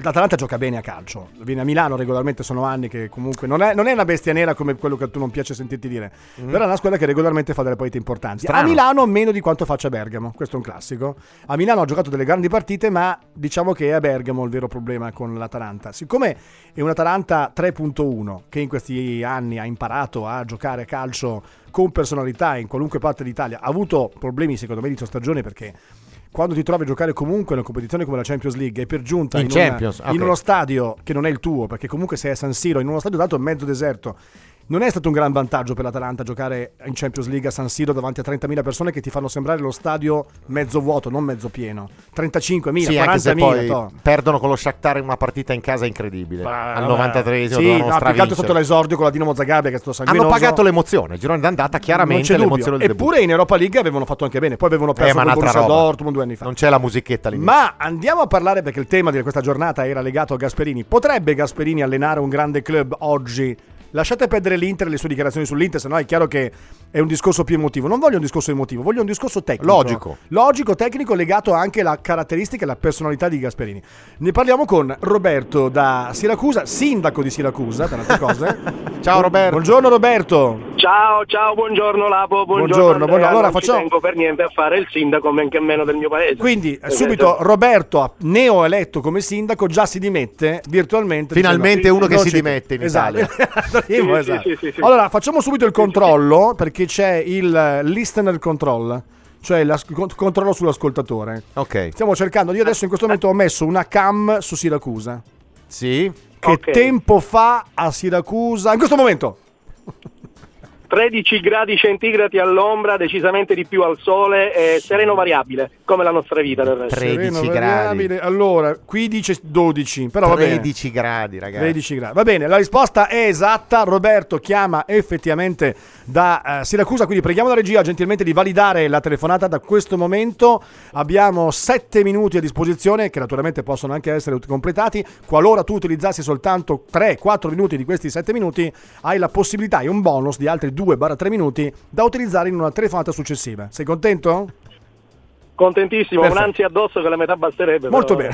E: l'Atalanta gioca bene a calcio. Viene a Milano regolarmente, sono anni che comunque non è, non è una bestia nera come quello che tu non piace sentirti dire. Però è una squadra che regolarmente fa delle partite importanti. A
F: Strano.
E: Milano meno di quanto faccia a Bergamo, questo è un classico. A Milano ha giocato delle grandi partite, ma diciamo che è a Bergamo il vero problema con l'Atalanta. Siccome è un'Atalanta 3.1 che in questi anni ha imparato a giocare a calcio con personalità in qualunque parte d'Italia, ha avuto problemi secondo me di stagione perché quando ti trovi a giocare comunque in una competizione come la Champions League e per giunta
F: In
E: una-
F: Champions,
E: in
F: ok.
E: uno stadio che non è il tuo, perché comunque sei a San Siro, in uno stadio dato mezzo deserto, non è stato un gran vantaggio per l'Atalanta giocare in Champions League a San Siro davanti a 30.000 persone che ti fanno sembrare lo stadio mezzo vuoto, non mezzo pieno. 35.000,
F: Sì,
E: 40.000.
F: anche se poi
E: toh.
F: perdono con lo Shakhtar in una partita in casa incredibile.
E: Bah,
F: al
E: vabbè.
F: 93
E: Sì, no, più che altro sotto l'esordio con la Dinamo Zagabria che è stato sanguinoso.
F: Hanno pagato l'emozione, il girone d'andata
E: Non
F: chiaramente
E: c'è
F: l'emozione
E: dubbio.
F: del debutto.
E: Eppure in Europa League avevano fatto anche bene. Poi avevano
F: Eh,
E: perso
F: ma
E: con il
F: un'altra
E: Borussia
F: roba.
E: Dortmund due anni fa.
F: Non c'è la musichetta lì.
E: Ma andiamo a parlare perché il tema di questa giornata era legato a Gasperini. Potrebbe Gasperini allenare un grande club oggi? Lasciate perdere l'Inter e le sue dichiarazioni sull'Inter, sennò è chiaro che è un discorso più emotivo. Non voglio un discorso emotivo, voglio un discorso tecnico.
F: Logico.
E: Logico, tecnico, legato anche alla caratteristica e alla personalità di Gasperini. Ne parliamo con Roberto da Siracusa, sindaco di Siracusa, per altre cose.
F: Ciao, Roberto.
E: Buongiorno Roberto.
I: Ciao, ciao, buongiorno Lapo, buongiorno.
E: Buongiorno,
I: Andrea.
E: buongiorno. Allora
I: non
E: facciamo-
I: ci tengo per niente a fare il sindaco, men che meno del mio paese.
E: Quindi eh,
I: Eh,
E: subito
I: cioè,
E: Roberto, neo eletto come sindaco, già si dimette virtualmente.
F: Finalmente uno che
E: non
F: si
E: c'è-
F: dimette in
E: Esatto.
I: Sì,
E: esatto.
I: sì, sì, sì, sì.
E: Allora facciamo subito il controllo perché c'è il eh, listener control, cioè l'as- il controllo sull'ascoltatore.
F: Ok.
E: Stiamo cercando, io adesso in questo momento ho messo una cam su Siracusa.
F: Sì.
E: Che
I: Ok.
E: tempo fa a Siracusa? In questo momento!
I: 13 gradi centigradi all'ombra, decisamente di più al sole, e sereno variabile, come la nostra vita del resto.
F: Tre- 13
E: Sereno,
F: gradi.
E: variabile. Allora, qui dice 12, però va bene.
F: 13 gradi, ragazzi.
E: 13 gradi. Va bene, la risposta è esatta. Roberto chiama effettivamente da eh, Siracusa, quindi preghiamo la regia gentilmente di validare la telefonata da questo momento. Abbiamo 7 minuti a disposizione che naturalmente possono anche essere ut- completati. Qualora tu utilizzassi soltanto 3-4 minuti di questi 7 minuti, hai la possibilità e un bonus di altri 2-3 minuti da utilizzare in una telefonata successiva. Sei contento?
I: Contentissimo,
E: Perfetto.
I: un'ansia addosso che la metà basterebbe.
E: Molto
I: però.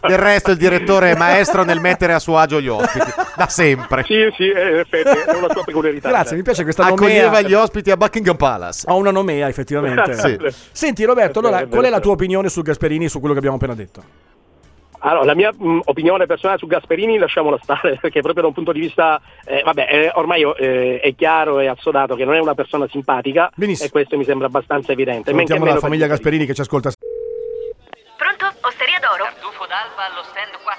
F: Del resto il direttore è maestro nel mettere a suo agio gli ospiti, da sempre.
I: sì, sì, eh, in effetti, è una sua peculiarità. cioè.
E: Grazie, mi piace questa
F: Accoglieva
E: nomea.
F: gli ospiti a Buckingham Palace.
E: Ho una nomea effettivamente.
F: Sì.
I: Esatto.
E: Senti Roberto,
I: È
E: allora
I: vero, è
E: qual è
I: vero.
E: la tua opinione su Gasperini e su quello che abbiamo appena detto?
I: Allora, la mia mh, opinione personale su Gasperini lasciamola stare, perché proprio da un punto di vista, eh, vabbè, eh, ormai eh, è chiaro e assodato che non è una persona simpatica
E: Benissimo.
I: e questo mi sembra abbastanza evidente. Men che
E: Salutiamo la
I: meno per
E: famiglia Gasperini
I: Gasperini.
E: che ci ascolta.
A: Pronto? Osteria d'oro?
B: Tartufo d'alba allo stand 4.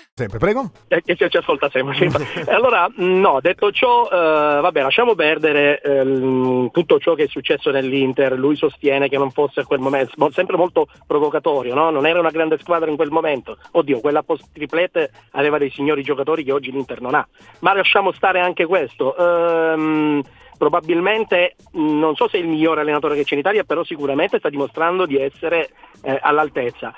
E: Sempre, prego.
I: Eh, che ci, ci ascolta sempre. sì. E allora, mh, no, detto ciò, eh, vabbè, lasciamo perdere eh, l- tutto ciò che è successo nell'Inter. Lui sostiene che non fosse a quel momento, mo- sempre molto provocatorio, no? Non era una grande squadra in quel momento. Oddio, quella post triplete aveva dei signori giocatori che oggi l'Inter non ha. Ma lasciamo stare anche questo. Ehm, probabilmente, mh, non so se è il migliore allenatore che c'è in Italia, però sicuramente sta dimostrando di essere eh, all'altezza.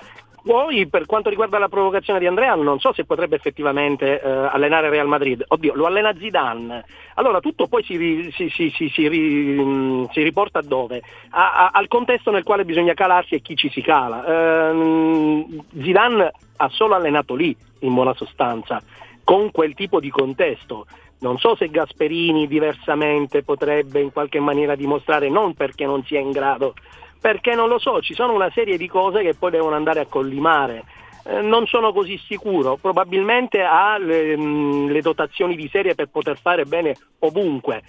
I: Poi per quanto riguarda la provocazione di Andrea, non so se potrebbe effettivamente eh, allenare Real Madrid. Oddio, lo allena Zidane. Allora tutto poi si, ri- si- si- si- si ri- mh, si riporta a dove? A- a- al contesto nel quale bisogna calarsi e chi ci si cala. Ehm, Zidane ha solo allenato lì, in buona sostanza, con quel tipo di contesto. Non so se Gasperini diversamente potrebbe in qualche maniera dimostrare, non perché non sia in grado, perché non lo so, ci sono una serie di cose che poi devono andare a collimare. Eh, Non sono così sicuro, probabilmente ha le, mh, le dotazioni di serie per poter fare bene ovunque,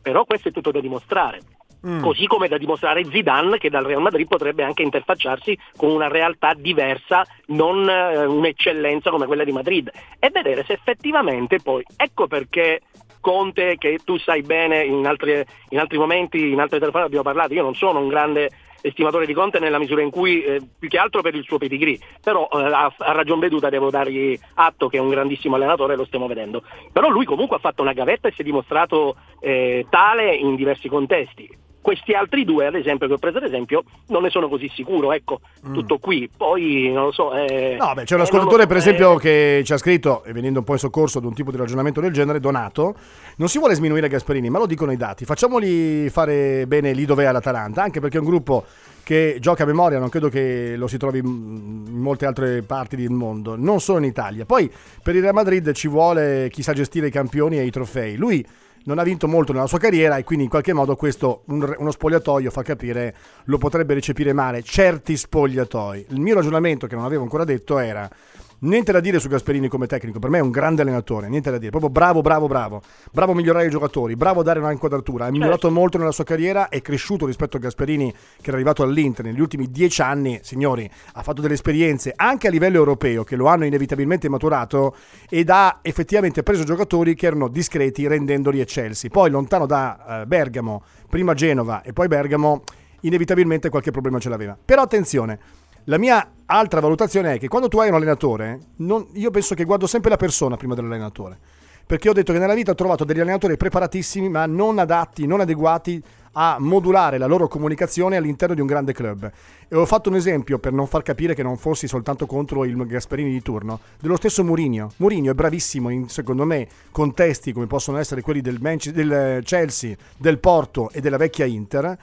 I: però questo è tutto da dimostrare.
E: Mm.
I: Così come da dimostrare Zidane che dal Real Madrid potrebbe anche interfacciarsi con una realtà diversa, non eh, un'eccellenza come quella di Madrid, e vedere se effettivamente poi, ecco perché Conte, che tu sai bene in, altre- in altri momenti, in altre telefonate abbiamo parlato, io non sono un grande estimatore di Conte nella misura in cui, eh, più che altro per il suo pedigree, però eh, a, a ragion veduta devo dargli atto che è un grandissimo allenatore e lo stiamo vedendo. Però lui comunque ha fatto una gavetta e si è dimostrato eh, tale in diversi contesti. Questi altri due, ad esempio, che ho preso ad esempio, non ne sono così sicuro, ecco, tutto qui. Poi non lo so. eh,
E: Mm. No, beh, c'è
I: eh,
E: un
I: non
E: ascoltatore,
I: lo so,
E: per esempio,
I: eh,
E: che ci ha scritto, e venendo un po' in soccorso ad un tipo di ragionamento del genere, Donato. Non si vuole sminuire Gasperini, ma lo dicono i dati. Facciamoli fare bene lì dove è l'Atalanta, anche perché è un gruppo che gioca a memoria, non credo che lo si trovi mm, in in molte altre parti del mondo, non solo in Italia. Poi per il Real Madrid ci vuole chi sa gestire i campioni e i trofei. Lui non ha vinto molto nella sua carriera e quindi in qualche modo questo un- uno spogliatoio fa capire lo potrebbe recepire male certi spogliatoi. Il mio ragionamento che non avevo ancora detto era Niente da dire su Gasperini come tecnico, per me è un grande allenatore, niente da dire, proprio bravo, bravo, bravo, bravo a migliorare i giocatori, bravo a dare una inquadratura, ha migliorato molto nella sua carriera, è cresciuto rispetto a Gasperini che era arrivato all'Inter negli ultimi dieci anni, signori, ha fatto delle esperienze anche a livello europeo che lo hanno inevitabilmente maturato ed ha effettivamente preso giocatori che erano discreti rendendoli eccelsi. Poi lontano da eh, Bergamo, prima Genova e poi Bergamo, inevitabilmente qualche problema ce l'aveva. Però attenzione, la mia altra valutazione è che quando tu hai un allenatore, non- io penso che guardo sempre la persona prima dell'allenatore. Perché ho detto che nella vita ho trovato degli allenatori preparatissimi, ma non adatti, non adeguati a modulare la loro comunicazione all'interno di un grande club. E ho fatto un esempio per non far capire che non fossi soltanto contro il Gasperini di turno, dello stesso Mourinho. Mourinho è bravissimo in, secondo me, contesti come possono essere quelli del, Manche- del eh, Chelsea, del Porto e della vecchia Inter.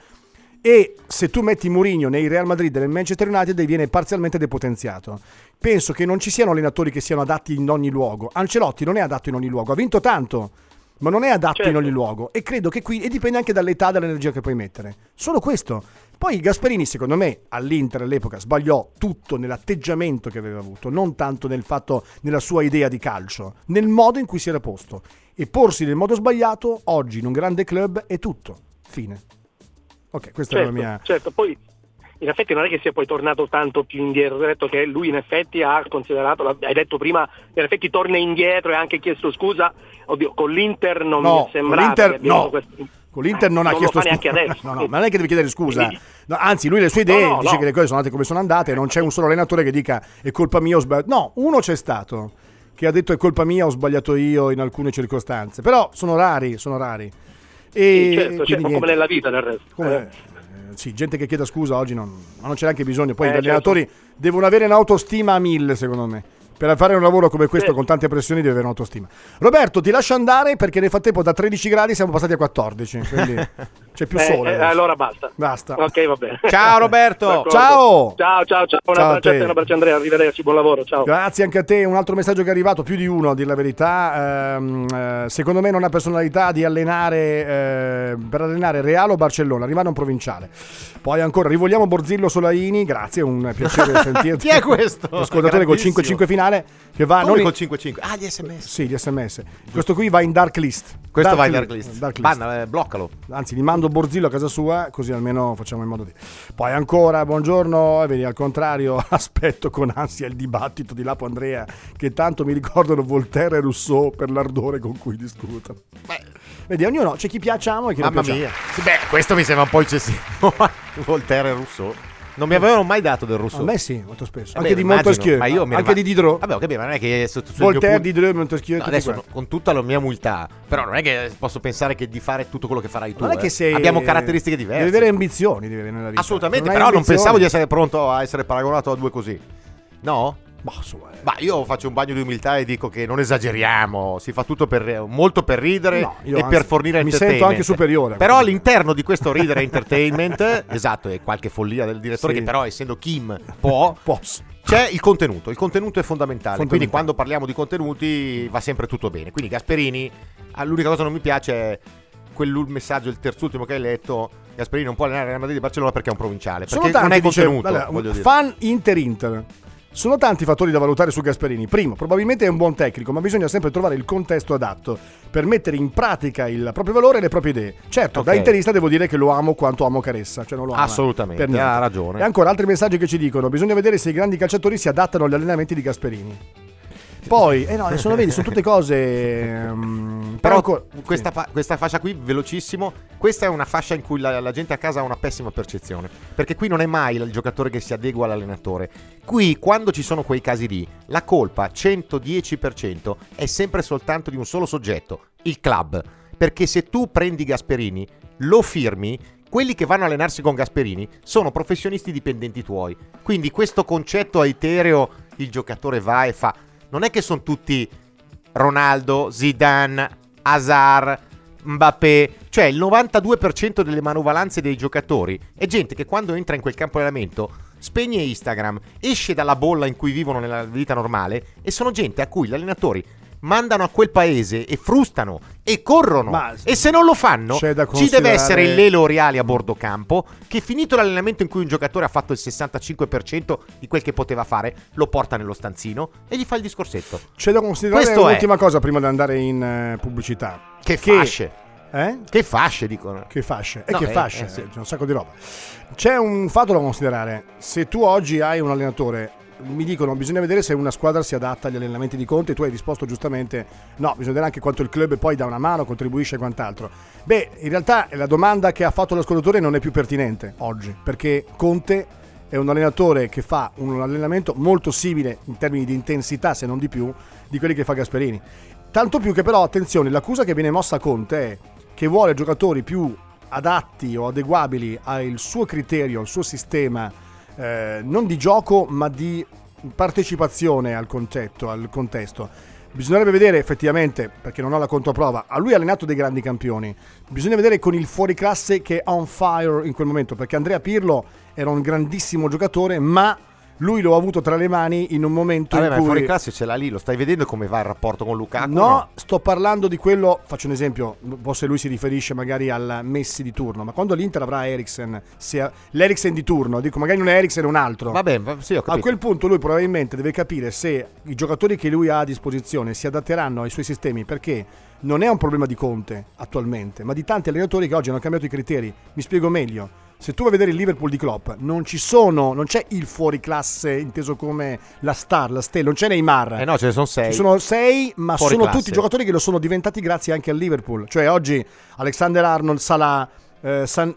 E: E se tu metti Mourinho nei Real Madrid e nel Manchester United viene parzialmente depotenziato. Penso che non ci siano allenatori che siano adatti in ogni luogo. Ancelotti non è adatto in ogni luogo, ha vinto tanto, ma non è adatto in
I: Certo.
E: ogni luogo. E credo che qui, e dipende anche dall'età e dall'energia che puoi mettere. Solo questo. Poi Gasperini, secondo me, all'Inter all'epoca sbagliò tutto nell'atteggiamento che aveva avuto, non tanto nel fatto, nella sua idea di calcio, nel modo in cui si era posto. E porsi nel modo sbagliato, oggi in un grande club, è tutto. Fine. Ok, questa è
I: certo,
E: la mia...
I: certo. poi in effetti non è che sia poi tornato tanto più indietro, ho detto che lui in effetti ha considerato, l'ha- hai detto prima, in effetti torna indietro e ha anche chiesto scusa, oddio, con l'Inter non
E: No,
I: mi è sembrato
E: con l'Inter
I: che abbia
E: no.
I: avuto questo-
E: Con l'Inter non, ha
I: lo
E: chiesto
I: fa neanche
E: scusa.
I: adesso.
E: No, no, ma non è che deve chiedere scusa.
I: Quindi-
E: No, anzi, lui le sue idee
I: No, no,
E: dice
I: no.
E: che le cose sono andate come sono andate, non c'è un solo allenatore che dica è colpa mia o sbagliato. No, uno c'è stato che ha detto è colpa mia ho sbagliato io in alcune circostanze, però sono rari, sono rari. E
I: Sì, certo,
E: quindi
I: certo, come
E: niente.
I: nella vita del resto.
E: Come- eh, sì, gente che chieda scusa oggi non, ma non c'è neanche bisogno. Poi
I: Eh,
E: gli allenatori devono avere un'autostima a mille, secondo me. Per fare un lavoro come questo
I: Sì.
E: con tante pressioni devi avere un'autostima. Roberto, ti lascio andare perché nel frattempo da 13 gradi siamo passati a 14, quindi c'è più
I: Eh,
E: sole.
I: eh,
E: adesso.
I: allora basta.
E: Basta.
I: Ok, va bene.
F: Ciao Roberto.
I: D'accordo.
E: Ciao.
I: Ciao, ciao, ciao. Un
E: Ciao a
I: abbraccio a
E: te.
I: te, un abbraccio a Andrea, arrivederci, buon lavoro, ciao.
E: Grazie anche a te. Un altro messaggio che è arrivato, più di uno, a dir la verità. Ehm, eh, secondo me non ha personalità di allenare eh, per allenare Real o Barcellona, rimane un provinciale. Poi ancora, rivogliamo Borzillo Solaini. Grazie, un piacere sentirti.
F: Chi è questo?
E: L'ascoltatore col
F: Grandissimo.
E: 5-5 finale che va non
F: Come
E: in-
F: col 5-5. Ah, gli sms.
E: Sì, gli sms. Questo qui va in dark list.
F: Questo va in dark list.
E: dark list.
F: Banna, eh, bloccalo.
E: Anzi, li mando Borzillo a casa sua, così almeno facciamo in modo di. Poi ancora, buongiorno. E vedi, al contrario, aspetto con ansia il dibattito di Lapo Andrea, che tanto mi ricordano Voltaire e Rousseau per l'ardore con cui discutono. Vedi, ognuno c'è chi piacciamo e chi
F: Mamma
E: non piacciamo.
F: mia. Sì, beh, questo mi sembra un po' eccessivo. Voltaire e Rousseau. Non mi avevano mai dato del Rousseau.
E: A me sì, molto spesso.
F: Eh
E: Anche
F: beh,
E: di
F: immagino,
E: Montesquieu,
F: ma io mi
E: anche
F: rimane-
E: di Diderot.
F: Vabbè, ho capito, ma non è che sotto sul mio
E: Voltaire,
F: punto-
E: Diderot, Montesquieu.
F: No,
E: tutti
F: adesso
E: quanti.
F: no, con tutta la mia umiltà, però non è che posso pensare che di fare tutto quello che farai tu.
E: non è
F: eh.
E: che sei...
F: Abbiamo caratteristiche diverse.
E: Devi avere ambizioni, devi avere nella vita.
F: Assolutamente,
E: Se hai
F: però non
E: ambizioni-
F: pensavo di essere pronto a essere paragonato a due così. No?
E: Ma, insomma, eh.
F: Ma io faccio un bagno di umiltà e dico che non esageriamo, si fa tutto per, molto per ridere
E: No, io
F: e
E: anzi,
F: per fornire
E: mi sento
F: entertainment.
E: anche superiore a
F: Però
E: quello.
F: all'interno di questo ridere entertainment, esatto, è qualche follia del direttore
E: Sì.
F: che però essendo Kim può,
E: Posso.
F: c'è il contenuto, il contenuto è fondamentale,
E: Fondamentale.
F: quindi quando parliamo di contenuti va sempre tutto bene. Quindi Gasperini, ah, l'unica cosa che non mi piace è quel messaggio, il terzultimo che hai letto, Gasperini non può allenare la Madrid di Barcellona perché è un provinciale, perché
E: Sono tanti,
F: non è
E: dice-
F: contenuto,
E: allora,
F: voglio dire.
E: fan Inter-Inter. Sono tanti i fattori da valutare su Gasperini. Primo, probabilmente è un buon tecnico, ma bisogna sempre trovare il contesto adatto per mettere in pratica il proprio valore e le proprie idee. Certo, da
F: Ok.
E: interista devo dire che lo amo quanto amo Caressa, cioè non lo ama
F: Assolutamente,
E: per niente.
F: ha ragione.
E: E ancora altri messaggi che ci dicono, bisogna vedere se i grandi calciatori si adattano agli allenamenti di Gasperini. Poi, eh no, adesso lo vedi, sono tutte cose... ehm,
F: Però
E: ancora-
F: questa,
E: sì.
F: fa- questa fascia qui, velocissimo, questa è una fascia in cui la, la gente a casa ha una pessima percezione. Perché qui non è mai il giocatore che si adegua all'allenatore. Qui, quando ci sono quei casi lì, la colpa 110% è sempre soltanto di un solo soggetto, il club. Perché se tu prendi Gasperini, lo firmi, quelli che vanno a allenarsi con Gasperini sono professionisti dipendenti tuoi. Quindi questo concetto aetereo, il giocatore va e fa, non è che sono tutti Ronaldo, Zidane, Hazard, Mbappé, cioè il 92% delle manovalanze dei giocatori è gente che quando entra in quel campo di allenamento spegne Instagram, esce dalla bolla in cui vivono nella vita normale e sono gente a cui gli allenatori mandano a quel paese e frustano e corrono.
E: Ma-
F: e se non lo fanno,
E: C'è da
F: ci deve
E: considerare-
F: essere il Lelo Reale a bordo campo che finito l'allenamento in cui un giocatore ha fatto il 65% di quel che poteva fare, lo porta nello stanzino e gli fa il discorsetto.
E: C'è da considerare
F: Questo è.
E: un'ultima cosa prima di andare in eh, pubblicità.
F: Che fasce.
E: Eh?
F: Che fasce dicono.
E: Che fasce, e
F: No,
E: che
F: eh,
E: fasce,
F: eh, sì.
E: c'è un sacco di roba. C'è un fatto da considerare, se tu oggi hai un allenatore, mi dicono bisogna vedere se una squadra si adatta agli allenamenti di Conte, tu hai risposto giustamente no, bisogna vedere anche quanto il club poi dà una mano, contribuisce e quant'altro. Beh, in realtà la domanda che ha fatto l'ascoltatore non è più pertinente oggi, perché Conte è un allenatore che fa un allenamento molto simile in termini di intensità, se non di più, di quelli che fa Gasperini. Tanto più che però, attenzione, l'accusa che viene mossa a Conte è che vuole giocatori più adatti o adeguabili al suo criterio, al suo sistema, eh, non di gioco ma di partecipazione al concetto, al contesto. Bisognerebbe vedere effettivamente, perché non ho la controprova, a lui ha allenato dei grandi campioni. Bisogna vedere con il fuoriclasse che è on fire in quel momento, perché Andrea Pirlo era un grandissimo giocatore, ma lui lo ha avuto tra le mani in un momento
F: Ah, Vabbè,
E: in
F: ma
E: cui...
F: il fuori classe ce l'ha lì, lo stai vedendo come va il rapporto con Lukaku?
E: No, sto parlando di quello, faccio un esempio, forse lui si riferisce magari al Messi di turno, ma quando l'Inter avrà Eriksen, se ha- l'Eriksen di turno, dico magari non è Eriksen, è un altro.
F: Vabbè, va- sì, ho
E: A
F: capito.
E: quel punto lui probabilmente deve capire se i giocatori che lui ha a disposizione si adatteranno ai suoi sistemi perché non è un problema di Conte attualmente, ma di tanti allenatori che oggi hanno cambiato i criteri. Mi spiego meglio. Se tu vai a vedere il Liverpool di Klopp, non ci sono, non c'è il fuoriclasse inteso come la star, la stella, non c'è Neymar.
F: Eh no, ce ne sono sei.
E: Ci sono sei, ma
F: Fuori
E: sono
F: classe.
E: tutti giocatori che lo sono diventati grazie anche al Liverpool. Cioè oggi Alexander Arnold, Salah, eh, San...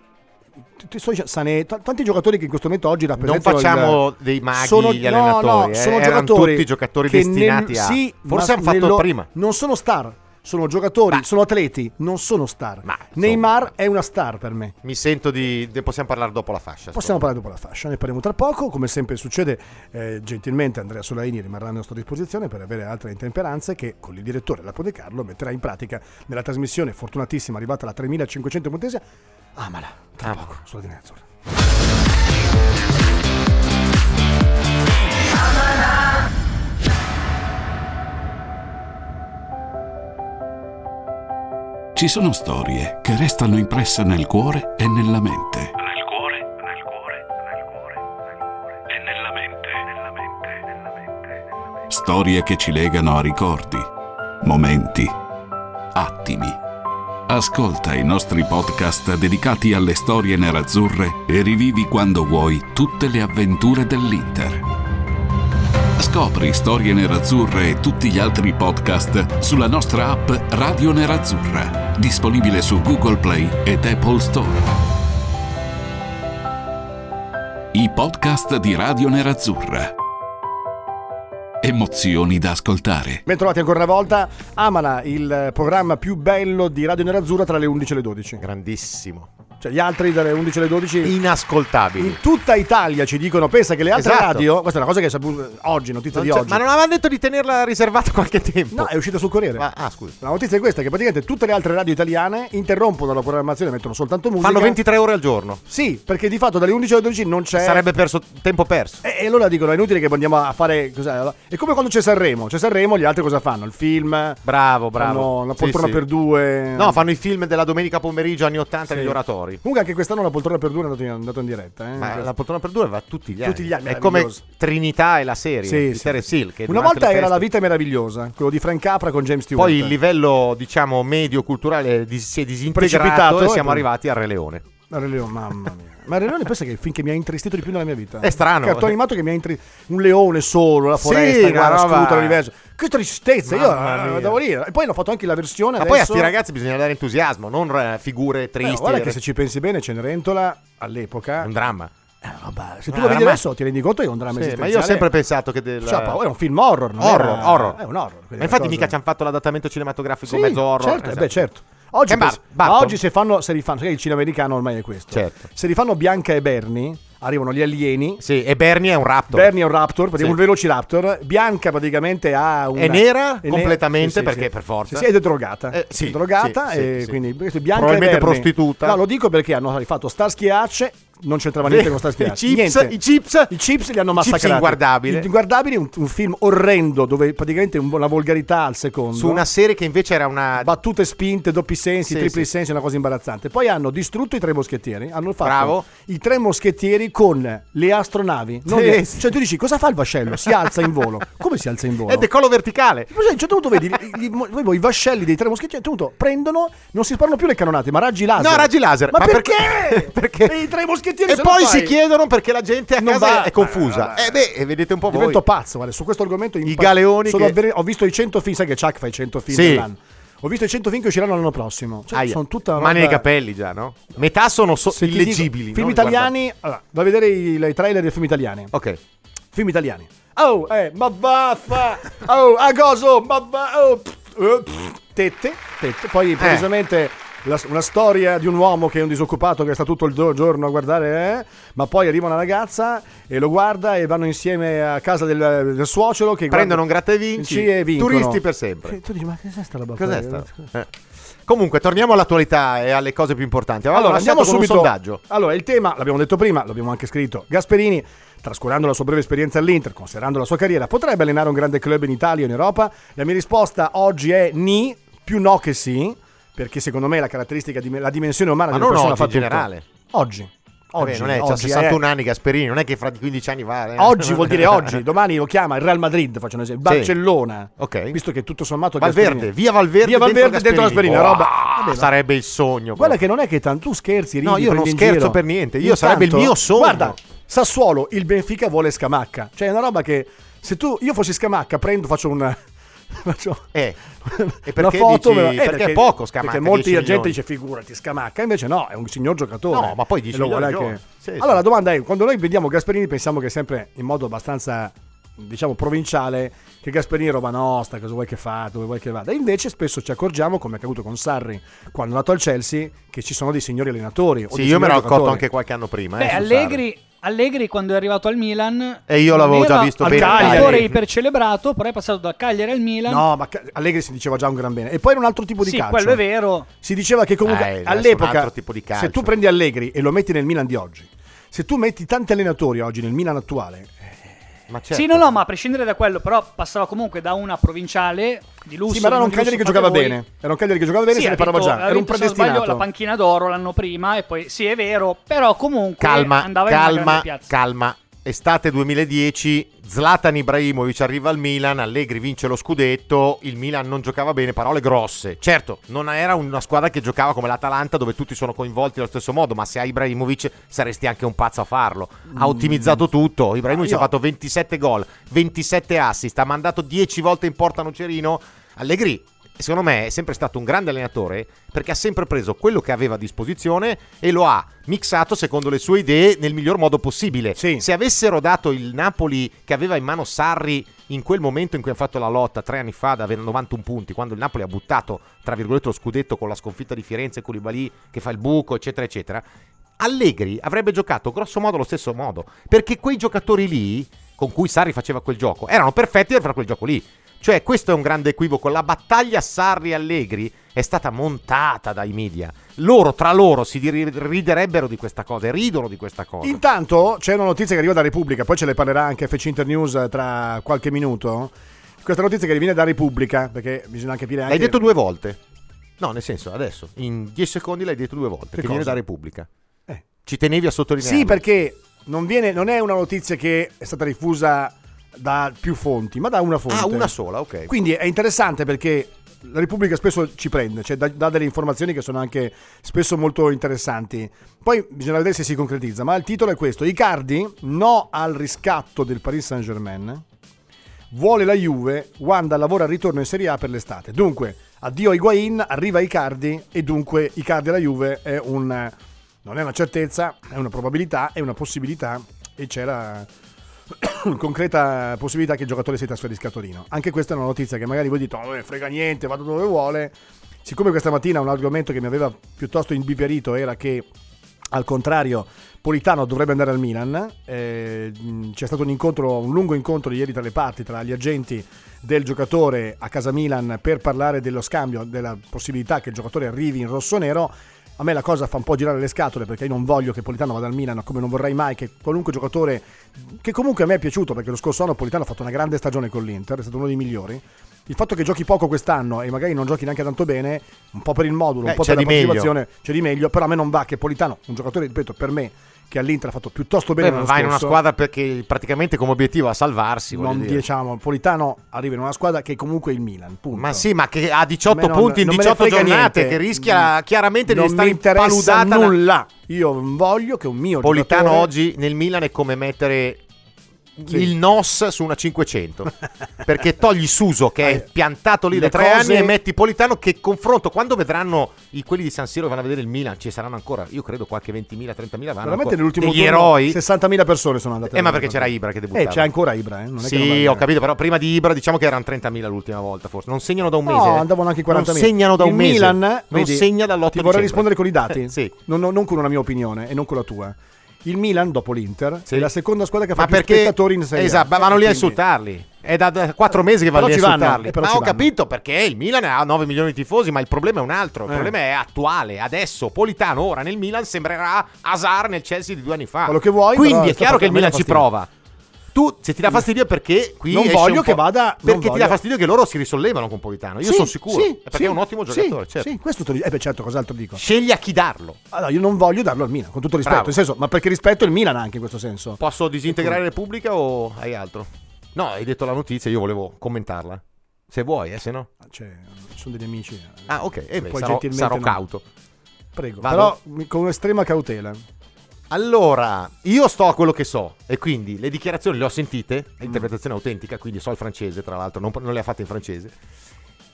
E: ti sto dicendo, Sané, t- tanti giocatori che in questo momento oggi
F: Non
E: rappresentano il-
F: facciamo dei maghi gli
E: no,
F: allenatori.
E: no,
F: eh.
E: sono
F: Erano
E: giocatori
F: tutti giocatori
E: che
F: destinati
E: nel-
F: a.
E: sì,
F: Forse
E: ma
F: hanno fatto
E: nello-
F: prima.
E: Non sono star, sono giocatori,
F: Ma-
E: sono atleti, non sono star.
F: Ma, insomma-
E: Neymar è una star per me.
F: Mi sento di. ne possiamo parlare dopo la fascia.
E: Possiamo parlare dopo la fascia, ne parliamo tra poco. Come sempre succede, eh, gentilmente Andrea Solaini rimarrà a nostra disposizione per avere altre intemperanze che con il direttore Lapode Carlo metterà in pratica nella trasmissione fortunatissima arrivata alla 3500 montese. Amala, tra
F: Ah.
E: poco, sulla linea azzurra.
D: Ci sono storie che restano impresse nel cuore e nella mente.
J: Nel cuore, nel cuore, nel cuore, nel cuore. E nella mente, nella mente, nella mente, nella mente.
D: Storie che ci legano a ricordi, momenti, attimi. Ascolta i nostri podcast dedicati alle storie nerazzurre e rivivi quando vuoi tutte le avventure dell'Inter. Scopri Storie Nerazzurre e tutti gli altri podcast sulla nostra app Radio Nerazzurra, disponibile su Google Play ed Apple Store. I podcast di Radio Nerazzurra. Emozioni da ascoltare.
E: Bentrovati ancora una volta. Amala, il programma più bello di Radio Nerazzurra tra le 11 e le 12.
F: Grandissimo.
E: Cioè, gli altri dalle 11 alle 12
F: Inascoltabili.
E: in tutta Italia ci dicono: pensa che le altre
F: Esatto.
E: radio. Questa è una cosa che hai saputo oggi, notizia
F: Non
E: di
F: c'è-
E: oggi.
F: Ma non avevano detto di tenerla riservata qualche tempo.
E: No, è uscita sul Corriere.
F: Ma- ah, scusa.
E: La notizia è questa: che praticamente tutte le altre radio italiane interrompono la programmazione, mettono soltanto musica.
F: Fanno 23 ore al giorno.
E: Sì, perché di fatto dalle 11 alle 12 non c'è.
F: Sarebbe perso tempo perso.
E: E e allora dicono: è inutile che andiamo a fare. Cos'è? È come quando c'è Sanremo. C'è Sanremo, gli altri cosa fanno? Il film.
F: Bravo, bravo.
E: Fanno la
F: Sì,
E: poltrona
F: sì.
E: per due.
F: No, fanno i film della domenica pomeriggio anni 80
E: Sì. Eh,
F: negli oratori.
E: Comunque anche quest'anno la poltrona per due è andata in, è andata in diretta. Eh.
F: Ma
E: Questo.
F: la poltrona per due va tutti gli anni.
E: Tutti gli anni,
F: È come
E: meraviglioso.
F: Trinità e la serie
E: Sì,
F: di
E: sì.
F: Terence Hill, che
E: Una
F: durante
E: volta
F: le
E: era
F: feste-
E: La eh. vita è meravigliosa, quello di Frank Capra con James Stewart.
F: Poi il livello, diciamo, medio culturale dis- si è disintegrato
E: Precipitato, ecco.
F: e
E: e
F: siamo
E: poi-
F: arrivati al Re Leone.
E: Ma Re Leone, mamma mia. Ma Re Leone pensa che è il film che mi ha intristito di più nella mia vita.
F: È strano.
E: Un cartone animato che mi ha intristito. Un leone solo, la foresta,
F: Sì,
E: che guarda,
F: una roba-
E: scuta l'universo. Che tristezza,
F: Mamma
E: io
F: mia.
E: eh, devo dire. E poi hanno fatto anche la versione.
F: Ma
E: adesso...
F: poi a sti ragazzi bisogna dare entusiasmo, non eh, figure
E: Eh,
F: tristi.
E: guarda che se ci pensi bene, Cenerentola all'epoca.
F: È un dramma.
E: eh, roba, se tu
F: Ah,
E: lo vedi
F: ma-
E: adesso ti rendi conto che è un dramma
F: Sì, ma
E: esistenziale.
F: io ho sempre pensato che del...
E: Cioè, paura, è un film horror. non
F: Horror,
E: era-
F: horror.
E: È un horror. quindi
F: Ma
E: è una
F: infatti
E: cosa-
F: mica ci hanno fatto l'adattamento cinematografico
E: Sì,
F: mezzo horror.
E: Certo, eh
F: Esatto.
E: beh, certo. Oggi,
F: Eh, ma-
E: pens-
F: Barton?
E: ma oggi se fanno, se rifanno, sai che il cinema americano ormai è questo.
F: Certo.
E: Se rifanno Bianca e Bernie, arrivano gli alieni.
F: Sì, e Bernie è un raptor.
E: Bernie è un raptor, praticamente
F: Sì.
E: un velociraptor. Bianca praticamente ha una...
F: È nera
E: è
F: completamente, perché per forza.
E: Sì, sì, ed è drogata.
F: Eh, sì,
E: È drogata
F: sì,
E: e
F: sì, sì.
E: quindi questo è Bianca
F: Probabilmente
E: e Bernie.
F: prostituta.
E: No, lo dico perché hanno rifatto Starsky e Hutch non c'entrava niente con sta
F: I
E: schiera.
F: chips,
E: Niente.
F: i chips,
E: I chips li hanno
F: I chips
E: massacrati.
F: inguardabili.
E: Inguardabili, un, un film orrendo dove praticamente un- la volgarità al secondo.
F: su una serie che invece era una
E: battute spinte, doppi sensi,
F: Sì,
E: tripli
F: sì.
E: sensi, una cosa imbarazzante. Poi hanno distrutto i tre moschettieri, hanno fatto
F: Bravo.
E: i tre moschettieri con le astronavi. non
F: Sì,
E: le-
F: sì.
E: Cioè tu dici cosa fa il vascello? Si alza in volo. Come si alza in volo?
F: è decollo verticale.
E: Cioè, a un certo punto vedi i- i- i- i vascelli dei tre moschettieri, a un certo punto prendono, non si sparano più le cannonate, ma raggi laser.
F: No, raggi laser.
E: Ma,
F: Ma
E: perché?
F: perché? Perché?
E: I tre moschettieri
F: E
E: se
F: poi
E: lo fai,
F: si chiedono perché la gente a
E: Non
F: casa
E: va.
F: è confusa.
E: Vabbè, vabbè.
F: Eh beh, e vedete un po' voi.
E: Divento pazzo, guarda, su questo argomento impazz-
F: galeoni
E: sono
F: che-
E: avver- ho visto i 100 film, sai che Chuck fa i 100 film
F: Sì.
E: dell'anno. Ho visto i 100 film che usciranno l'anno prossimo. Cioè,
F: Aia.
E: sono tutta roba...
F: Ma nei capelli già, no? Metà sono so-
E: Se ti dico-
F: illeggibili.
E: film
F: non
E: italiani. Allora, da vedere i, i trailer dei film italiani.
F: guardati. Ok.
E: Film italiani. Oh, eh, ma vaffa! Oh, a coso! Ma va! Oh, pff, eh, pff, tette, tette. Poi
F: Eh.
E: improvvisamente la- una storia di un uomo che è un disoccupato che sta tutto il do- giorno a guardare, eh, ma poi arriva una ragazza e lo guarda e vanno insieme a casa del, del suocero che
F: Prendono un
E: guarda-
F: gratta e vinci,
E: Sì, e vincono.
F: turisti per sempre.
E: Sì, Tu dici, ma cos'è sta roba? qua?
F: Cos'è sta? Eh. Comunque, torniamo all'attualità e alle cose più importanti.
E: Allora, andiamo subito.
F: un sondaggio.
E: Allora, il tema, l'abbiamo detto prima, l'abbiamo anche scritto. Gasperini, trascurando la sua breve esperienza all'Inter, considerando la sua carriera, potrebbe allenare un grande club in Italia o in Europa? La mia risposta oggi è ni, più no che sì, perché secondo me la caratteristica, di, la dimensione umana
F: Ma
E: della
F: non
E: persona
F: oggi
E: fa
F: in
E: tutto.
F: generale.
E: Oggi. Oggi,
F: Vabbè, non è, c'ha
E: oggi,
F: 61
E: eh.
F: anni Gasperini, non è che fra di 15 anni va. eh.
E: Oggi vuol dire oggi, domani lo chiama il Real Madrid, faccio un esempio,
F: Sì.
E: Barcellona.
F: Ok.
E: Visto che tutto sommato
F: Valverde,
E: Gasperini-
F: via Valverde.
E: Via Valverde dentro Gasperini,
F: Wow,
E: roba. Vabbè, ma-
F: sarebbe il sogno.
E: Guarda
F: proprio.
E: che non è che tanto tu scherzi, ridi,
F: No, io non
E: prendi in
F: scherzo
E: giro.
F: per niente, io sarebbe il mio sogno.
E: Guarda, Sassuolo, il Benfica vuole Scamacca. Cioè, è una roba che se tu io fossi Scamacca, prendo, faccio un faccio
F: Eh, e
E: una
F: perché
E: foto me
F: dici-
E: la- eh,
F: perché è poco Scamacca,
E: Perché molti
F: 10
E: la gente
F: milioni.
E: dice figurati Scamacca, invece no, è un signor giocatore.
F: No, ma poi 10
E: E lo vuole
F: milioni
E: anche-
F: giovani. Sì,
E: allora
F: sì.
E: la domanda è quando noi vediamo Gasperini pensiamo che è sempre in modo abbastanza diciamo provinciale che Gasperini è roba nostra, cosa vuoi che fa, dove vuoi che vada. E invece spesso ci accorgiamo, come è accaduto con Sarri quando è nato al Chelsea, che ci sono dei signori allenatori. o
F: Sì,
E: dei
F: io me
E: signori
F: l'ho accorto
E: giocatori.
F: anche qualche anno prima. eh,
H: Beh,
F: su
H: Allegri, Allegri quando è arrivato al Milan...
F: E io l'avevo
H: non
F: già
H: era
F: visto
H: al
E: bene,
H: Cagliari
E: Cagliari.
H: ipercelebrato, però è passato da Cagliari al Milan.
E: No, ma Ca- Allegri si diceva già un gran bene. E poi era un altro tipo di
H: sì,
E: calcio.
H: quello è vero.
E: Si diceva che
F: Eh,
E: comunque
F: adesso
E: all'epoca,
F: un altro tipo di calcio.
E: se tu prendi Allegri e lo metti nel Milan di oggi, se tu metti tanti allenatori oggi nel Milan attuale, eh,
F: Sarri. Ma certo.
H: Sì, no, no, ma a prescindere da quello, però passava comunque da una provinciale di lusso.
E: sì, ma era
H: di
E: un
H: non di
E: Cagliari che
H: lusso,
E: giocava
H: fate voi.
E: bene. Era un Cagliari che giocava bene,
H: Sì,
E: se ne
H: ha
E: parlava
H: vinto-
E: già.
H: ha
E: Era un
H: vinto, se non sbaglio,
E: predestinato.
H: la panchina d'oro l'anno prima e poi sì, è vero, però comunque
F: calma,
H: andava in una
F: calma,
H: grande piazza.
F: calma. Estate 2010, Zlatan Ibrahimovic arriva al Milan, Allegri vince lo scudetto, il Milan non giocava bene, parole grosse. Certo, non era una squadra che giocava come l'Atalanta dove tutti sono coinvolti allo stesso modo, ma se hai Ibrahimovic saresti anche un pazzo a farlo. Ha ottimizzato tutto, Ibrahimovic
E: Io-
F: ha fatto 27 gol, 27 assist, ha mandato 10 volte in porta Nocerino. Allegri secondo me è sempre stato un grande allenatore perché ha sempre preso quello che aveva a disposizione e lo ha mixato secondo le sue idee nel miglior modo possibile.
E: Sì.
F: Se avessero dato il Napoli che aveva in mano Sarri in quel momento in cui ha fatto la lotta tre anni fa da avere 91 punti, quando il Napoli ha buttato tra virgolette lo scudetto con la sconfitta di Firenze e Koulibaly che fa il buco, eccetera, eccetera. Allegri avrebbe giocato grosso modo allo stesso modo, perché quei giocatori lì con cui Sarri faceva quel gioco erano perfetti per fare quel gioco lì. Cioè, questo è un grande equivoco. La battaglia Sarri-Allegri è stata montata dai media. Loro tra loro si dir- riderebbero di questa cosa e ridono di questa cosa.
E: Intanto c'è una notizia che arriva da Repubblica, poi ce ne parlerà anche FC Inter News tra qualche minuto. Questa notizia che viene da Repubblica, perché bisogna anche capire anche...
F: L'hai detto due volte. No, nel senso, adesso, in dieci secondi l'hai detto due volte.
E: Che
F: Che, viene
E: cosa?
F: da Repubblica.
E: Eh.
F: Ci tenevi a sottolineare.
E: Sì, perché non, viene, non è una notizia che è stata diffusa da più fonti, ma da una fonte.
F: Ah, una sola, ok.
E: Quindi è interessante perché la Repubblica spesso ci prende, cioè dà, dà delle informazioni che sono anche spesso molto interessanti. Poi bisogna vedere se si concretizza, ma il titolo è questo. Icardi, no al riscatto del Paris Saint-Germain. Vuole la Juve, Wanda lavora al ritorno in Serie A per l'estate. Dunque, addio Higuain, arriva Icardi e dunque Icardi alla Juve è un... non è una certezza, è una probabilità, è una possibilità e c'era concreta possibilità che il giocatore si trasferisca a Torino. Anche questa è una notizia che magari voi dite, "Oh, eh, frega niente, vado dove vuole. Siccome questa mattina un argomento che mi aveva piuttosto imbiverito era che al contrario Politano dovrebbe andare al Milan, eh, mh, c'è stato un incontro, un lungo incontro ieri tra le parti, tra gli agenti del giocatore a casa Milan per parlare dello scambio, della possibilità che il giocatore arrivi in rosso-nero. A me la cosa fa un po' girare le scatole perché io non voglio che Politano vada al Milan, come non vorrei mai che qualunque giocatore, che comunque a me è piaciuto perché lo scorso anno Politano ha fatto una grande stagione con l'Inter, è stato uno dei migliori. Il fatto che giochi poco quest'anno e magari non giochi neanche tanto bene, un po' per il modulo, un
F: Eh,
E: po'
F: c'è
E: per la
F: di meglio.
E: motivazione, c'è di meglio, però a me non va che Politano, un giocatore, ripeto, per me, che all'Inter ha fatto piuttosto bene
F: Beh,
E: l'anno
F: va in una
E: scorso,
F: squadra perché praticamente come obiettivo ha salvarsi. voglio
E: non
F: dire.
E: diciamo, Politano arriva in una squadra che è comunque il Milan, punto.
F: Ma sì, ma che ha
E: A
F: 18
E: me non-
F: punti in
E: non me ne
F: 18
E: frega
F: giornate,
E: niente.
F: che rischia chiaramente di
E: non mi
F: stare
E: interessa
F: impaludata. da-
E: nulla. Io voglio che un mio
F: Politano
E: giocatore-
F: oggi nel Milan è come mettere
E: Sì.
F: il NOS su una 500 perché togli Suso che è
E: Eh,
F: piantato lì da
E: le
F: tre
E: cose-
F: anni e metti Politano che confronto quando vedranno i, quelli di San Siro che vanno a vedere il Milan ci saranno ancora io credo qualche 20.000 30.000 vanno
E: Veramente
F: ancora.
E: nell'ultimo
F: degli
E: turno
F: eroi
E: 60.000 persone sono andate.
F: eh ma
E: a vedere
F: perché c'era
E: la partita.
F: Ibra che
E: Eh,
F: debuttava
E: c'è ancora Ibra, eh. Non è che non va
F: sì
E: bene.
F: ho capito però prima di Ibra diciamo che erano 30.000 l'ultima volta forse non segnano da un mese
E: No,
F: eh.
E: andavano anche 40.000.
F: non segnano da
E: Il
F: un mese
E: Milan,
F: non
E: vedi,
F: segna dall'8
E: Ti vorrei rispondere con i dati.
F: sì
E: non, non- non con una mia opinione e non con la tua. Il Milan, dopo l'Inter,
F: Sì.
E: è la seconda squadra che fa
F: ma
E: più
F: perché
E: spettatori in Serie A.
F: esatto, ma vanno lì a
E: Quindi-
F: insultarli. È da, da quattro mesi che vanno lì
E: Però ci
F: a
E: vanno,
F: insultarli.
E: eh, però
F: ma
E: ci
F: ho
E: vanno.
F: capito perché il Milan ha 9 milioni di tifosi, ma il problema è un altro. Il
E: Eh.
F: problema è attuale. Adesso Politano ora nel Milan sembrerà Hazard nel Chelsea di due anni fa.
E: Quello che vuoi, però
F: Quindi è
E: sta
F: chiaro che il
E: facendo
F: Milan
E: a me
F: ci
E: fastidio. Mm.
F: prova. Tu se ti dà fastidio è perché qui
E: Non
F: esce
E: voglio
F: un
E: che
F: po'-
E: vada- non
F: perché ti
E: voglio.
F: dà fastidio che loro si risollevano con Politano. Io
E: Sì,
F: sono sicuro,
E: sì,
F: È perché
E: sì,
F: è un ottimo
E: sì,
F: giocatore, certo.
E: Sì, questo te lo dico. Eh beh, certo, cos'altro dico.
F: Scegli a chi darlo.
E: Allora, io non voglio darlo al Milan, con tutto rispetto,
F: Bravo.
E: nel senso, ma perché rispetto il Milan anche in questo senso.
F: Posso disintegrare Repubblica o hai altro? No, hai detto la notizia, io volevo commentarla. Se vuoi, eh, se no.
E: Cioè, ci sono degli amici. eh.
F: Ah, ok, eh beh,
E: Poi
F: sarò,
E: gentilmente
F: sarò
E: no.
F: cauto.
E: Prego,
F: Vado?
E: però mi- con estrema cautela.
F: Allora, io sto a quello che so e quindi le dichiarazioni le ho sentite, è interpretazione autentica, quindi so il francese, tra l'altro, non, non le ha fatte in francese.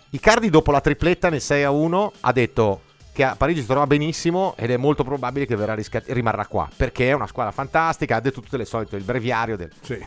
F: Icardi dopo la tripletta nel 6 a 1 ha detto che a Parigi si trova benissimo ed è molto probabile che verrà riscat- rimarrà qua, perché è una squadra fantastica, ha detto tutte le solite, il breviario del...
E: Sì.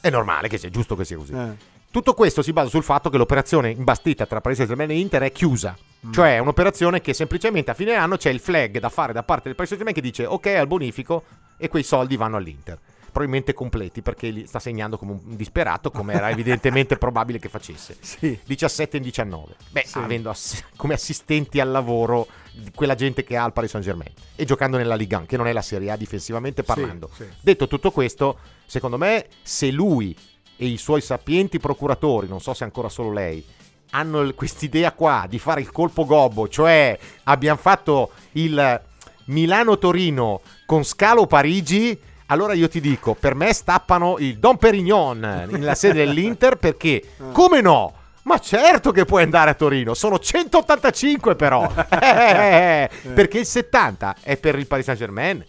F: È normale che sia, è giusto che sia così.
E: Eh.
F: Tutto questo si basa sul fatto che l'operazione imbastita tra Paris Saint-Germain e Inter è chiusa.
E: Mm.
F: Cioè è un'operazione che semplicemente a fine anno c'è il flag da fare da parte del Paris Saint-Germain che dice ok al bonifico e quei soldi vanno all'Inter. Probabilmente completi perché li sta segnando come un disperato come era evidentemente probabile che facesse.
E: Sì.
F: 17 in 19. Beh,
E: Sì.
F: avendo ass- come assistenti al lavoro di quella gente che ha il Paris Saint-Germain e giocando nella Ligue 1 che non è la Serie A difensivamente parlando.
E: sì.
F: Detto tutto questo, secondo me se lui e i suoi sapienti procuratori, non so se ancora solo lei, hanno l- quest'idea qua di fare il colpo gobbo, cioè abbiamo fatto il Milano-Torino con Scalo Parigi, allora io ti dico, per me stappano il Don Perignon nella sede dell'Inter perché, come no? Ma certo che puoi andare a Torino, sono 185 però, Eh, perché il 70 è per il Paris Saint-Germain.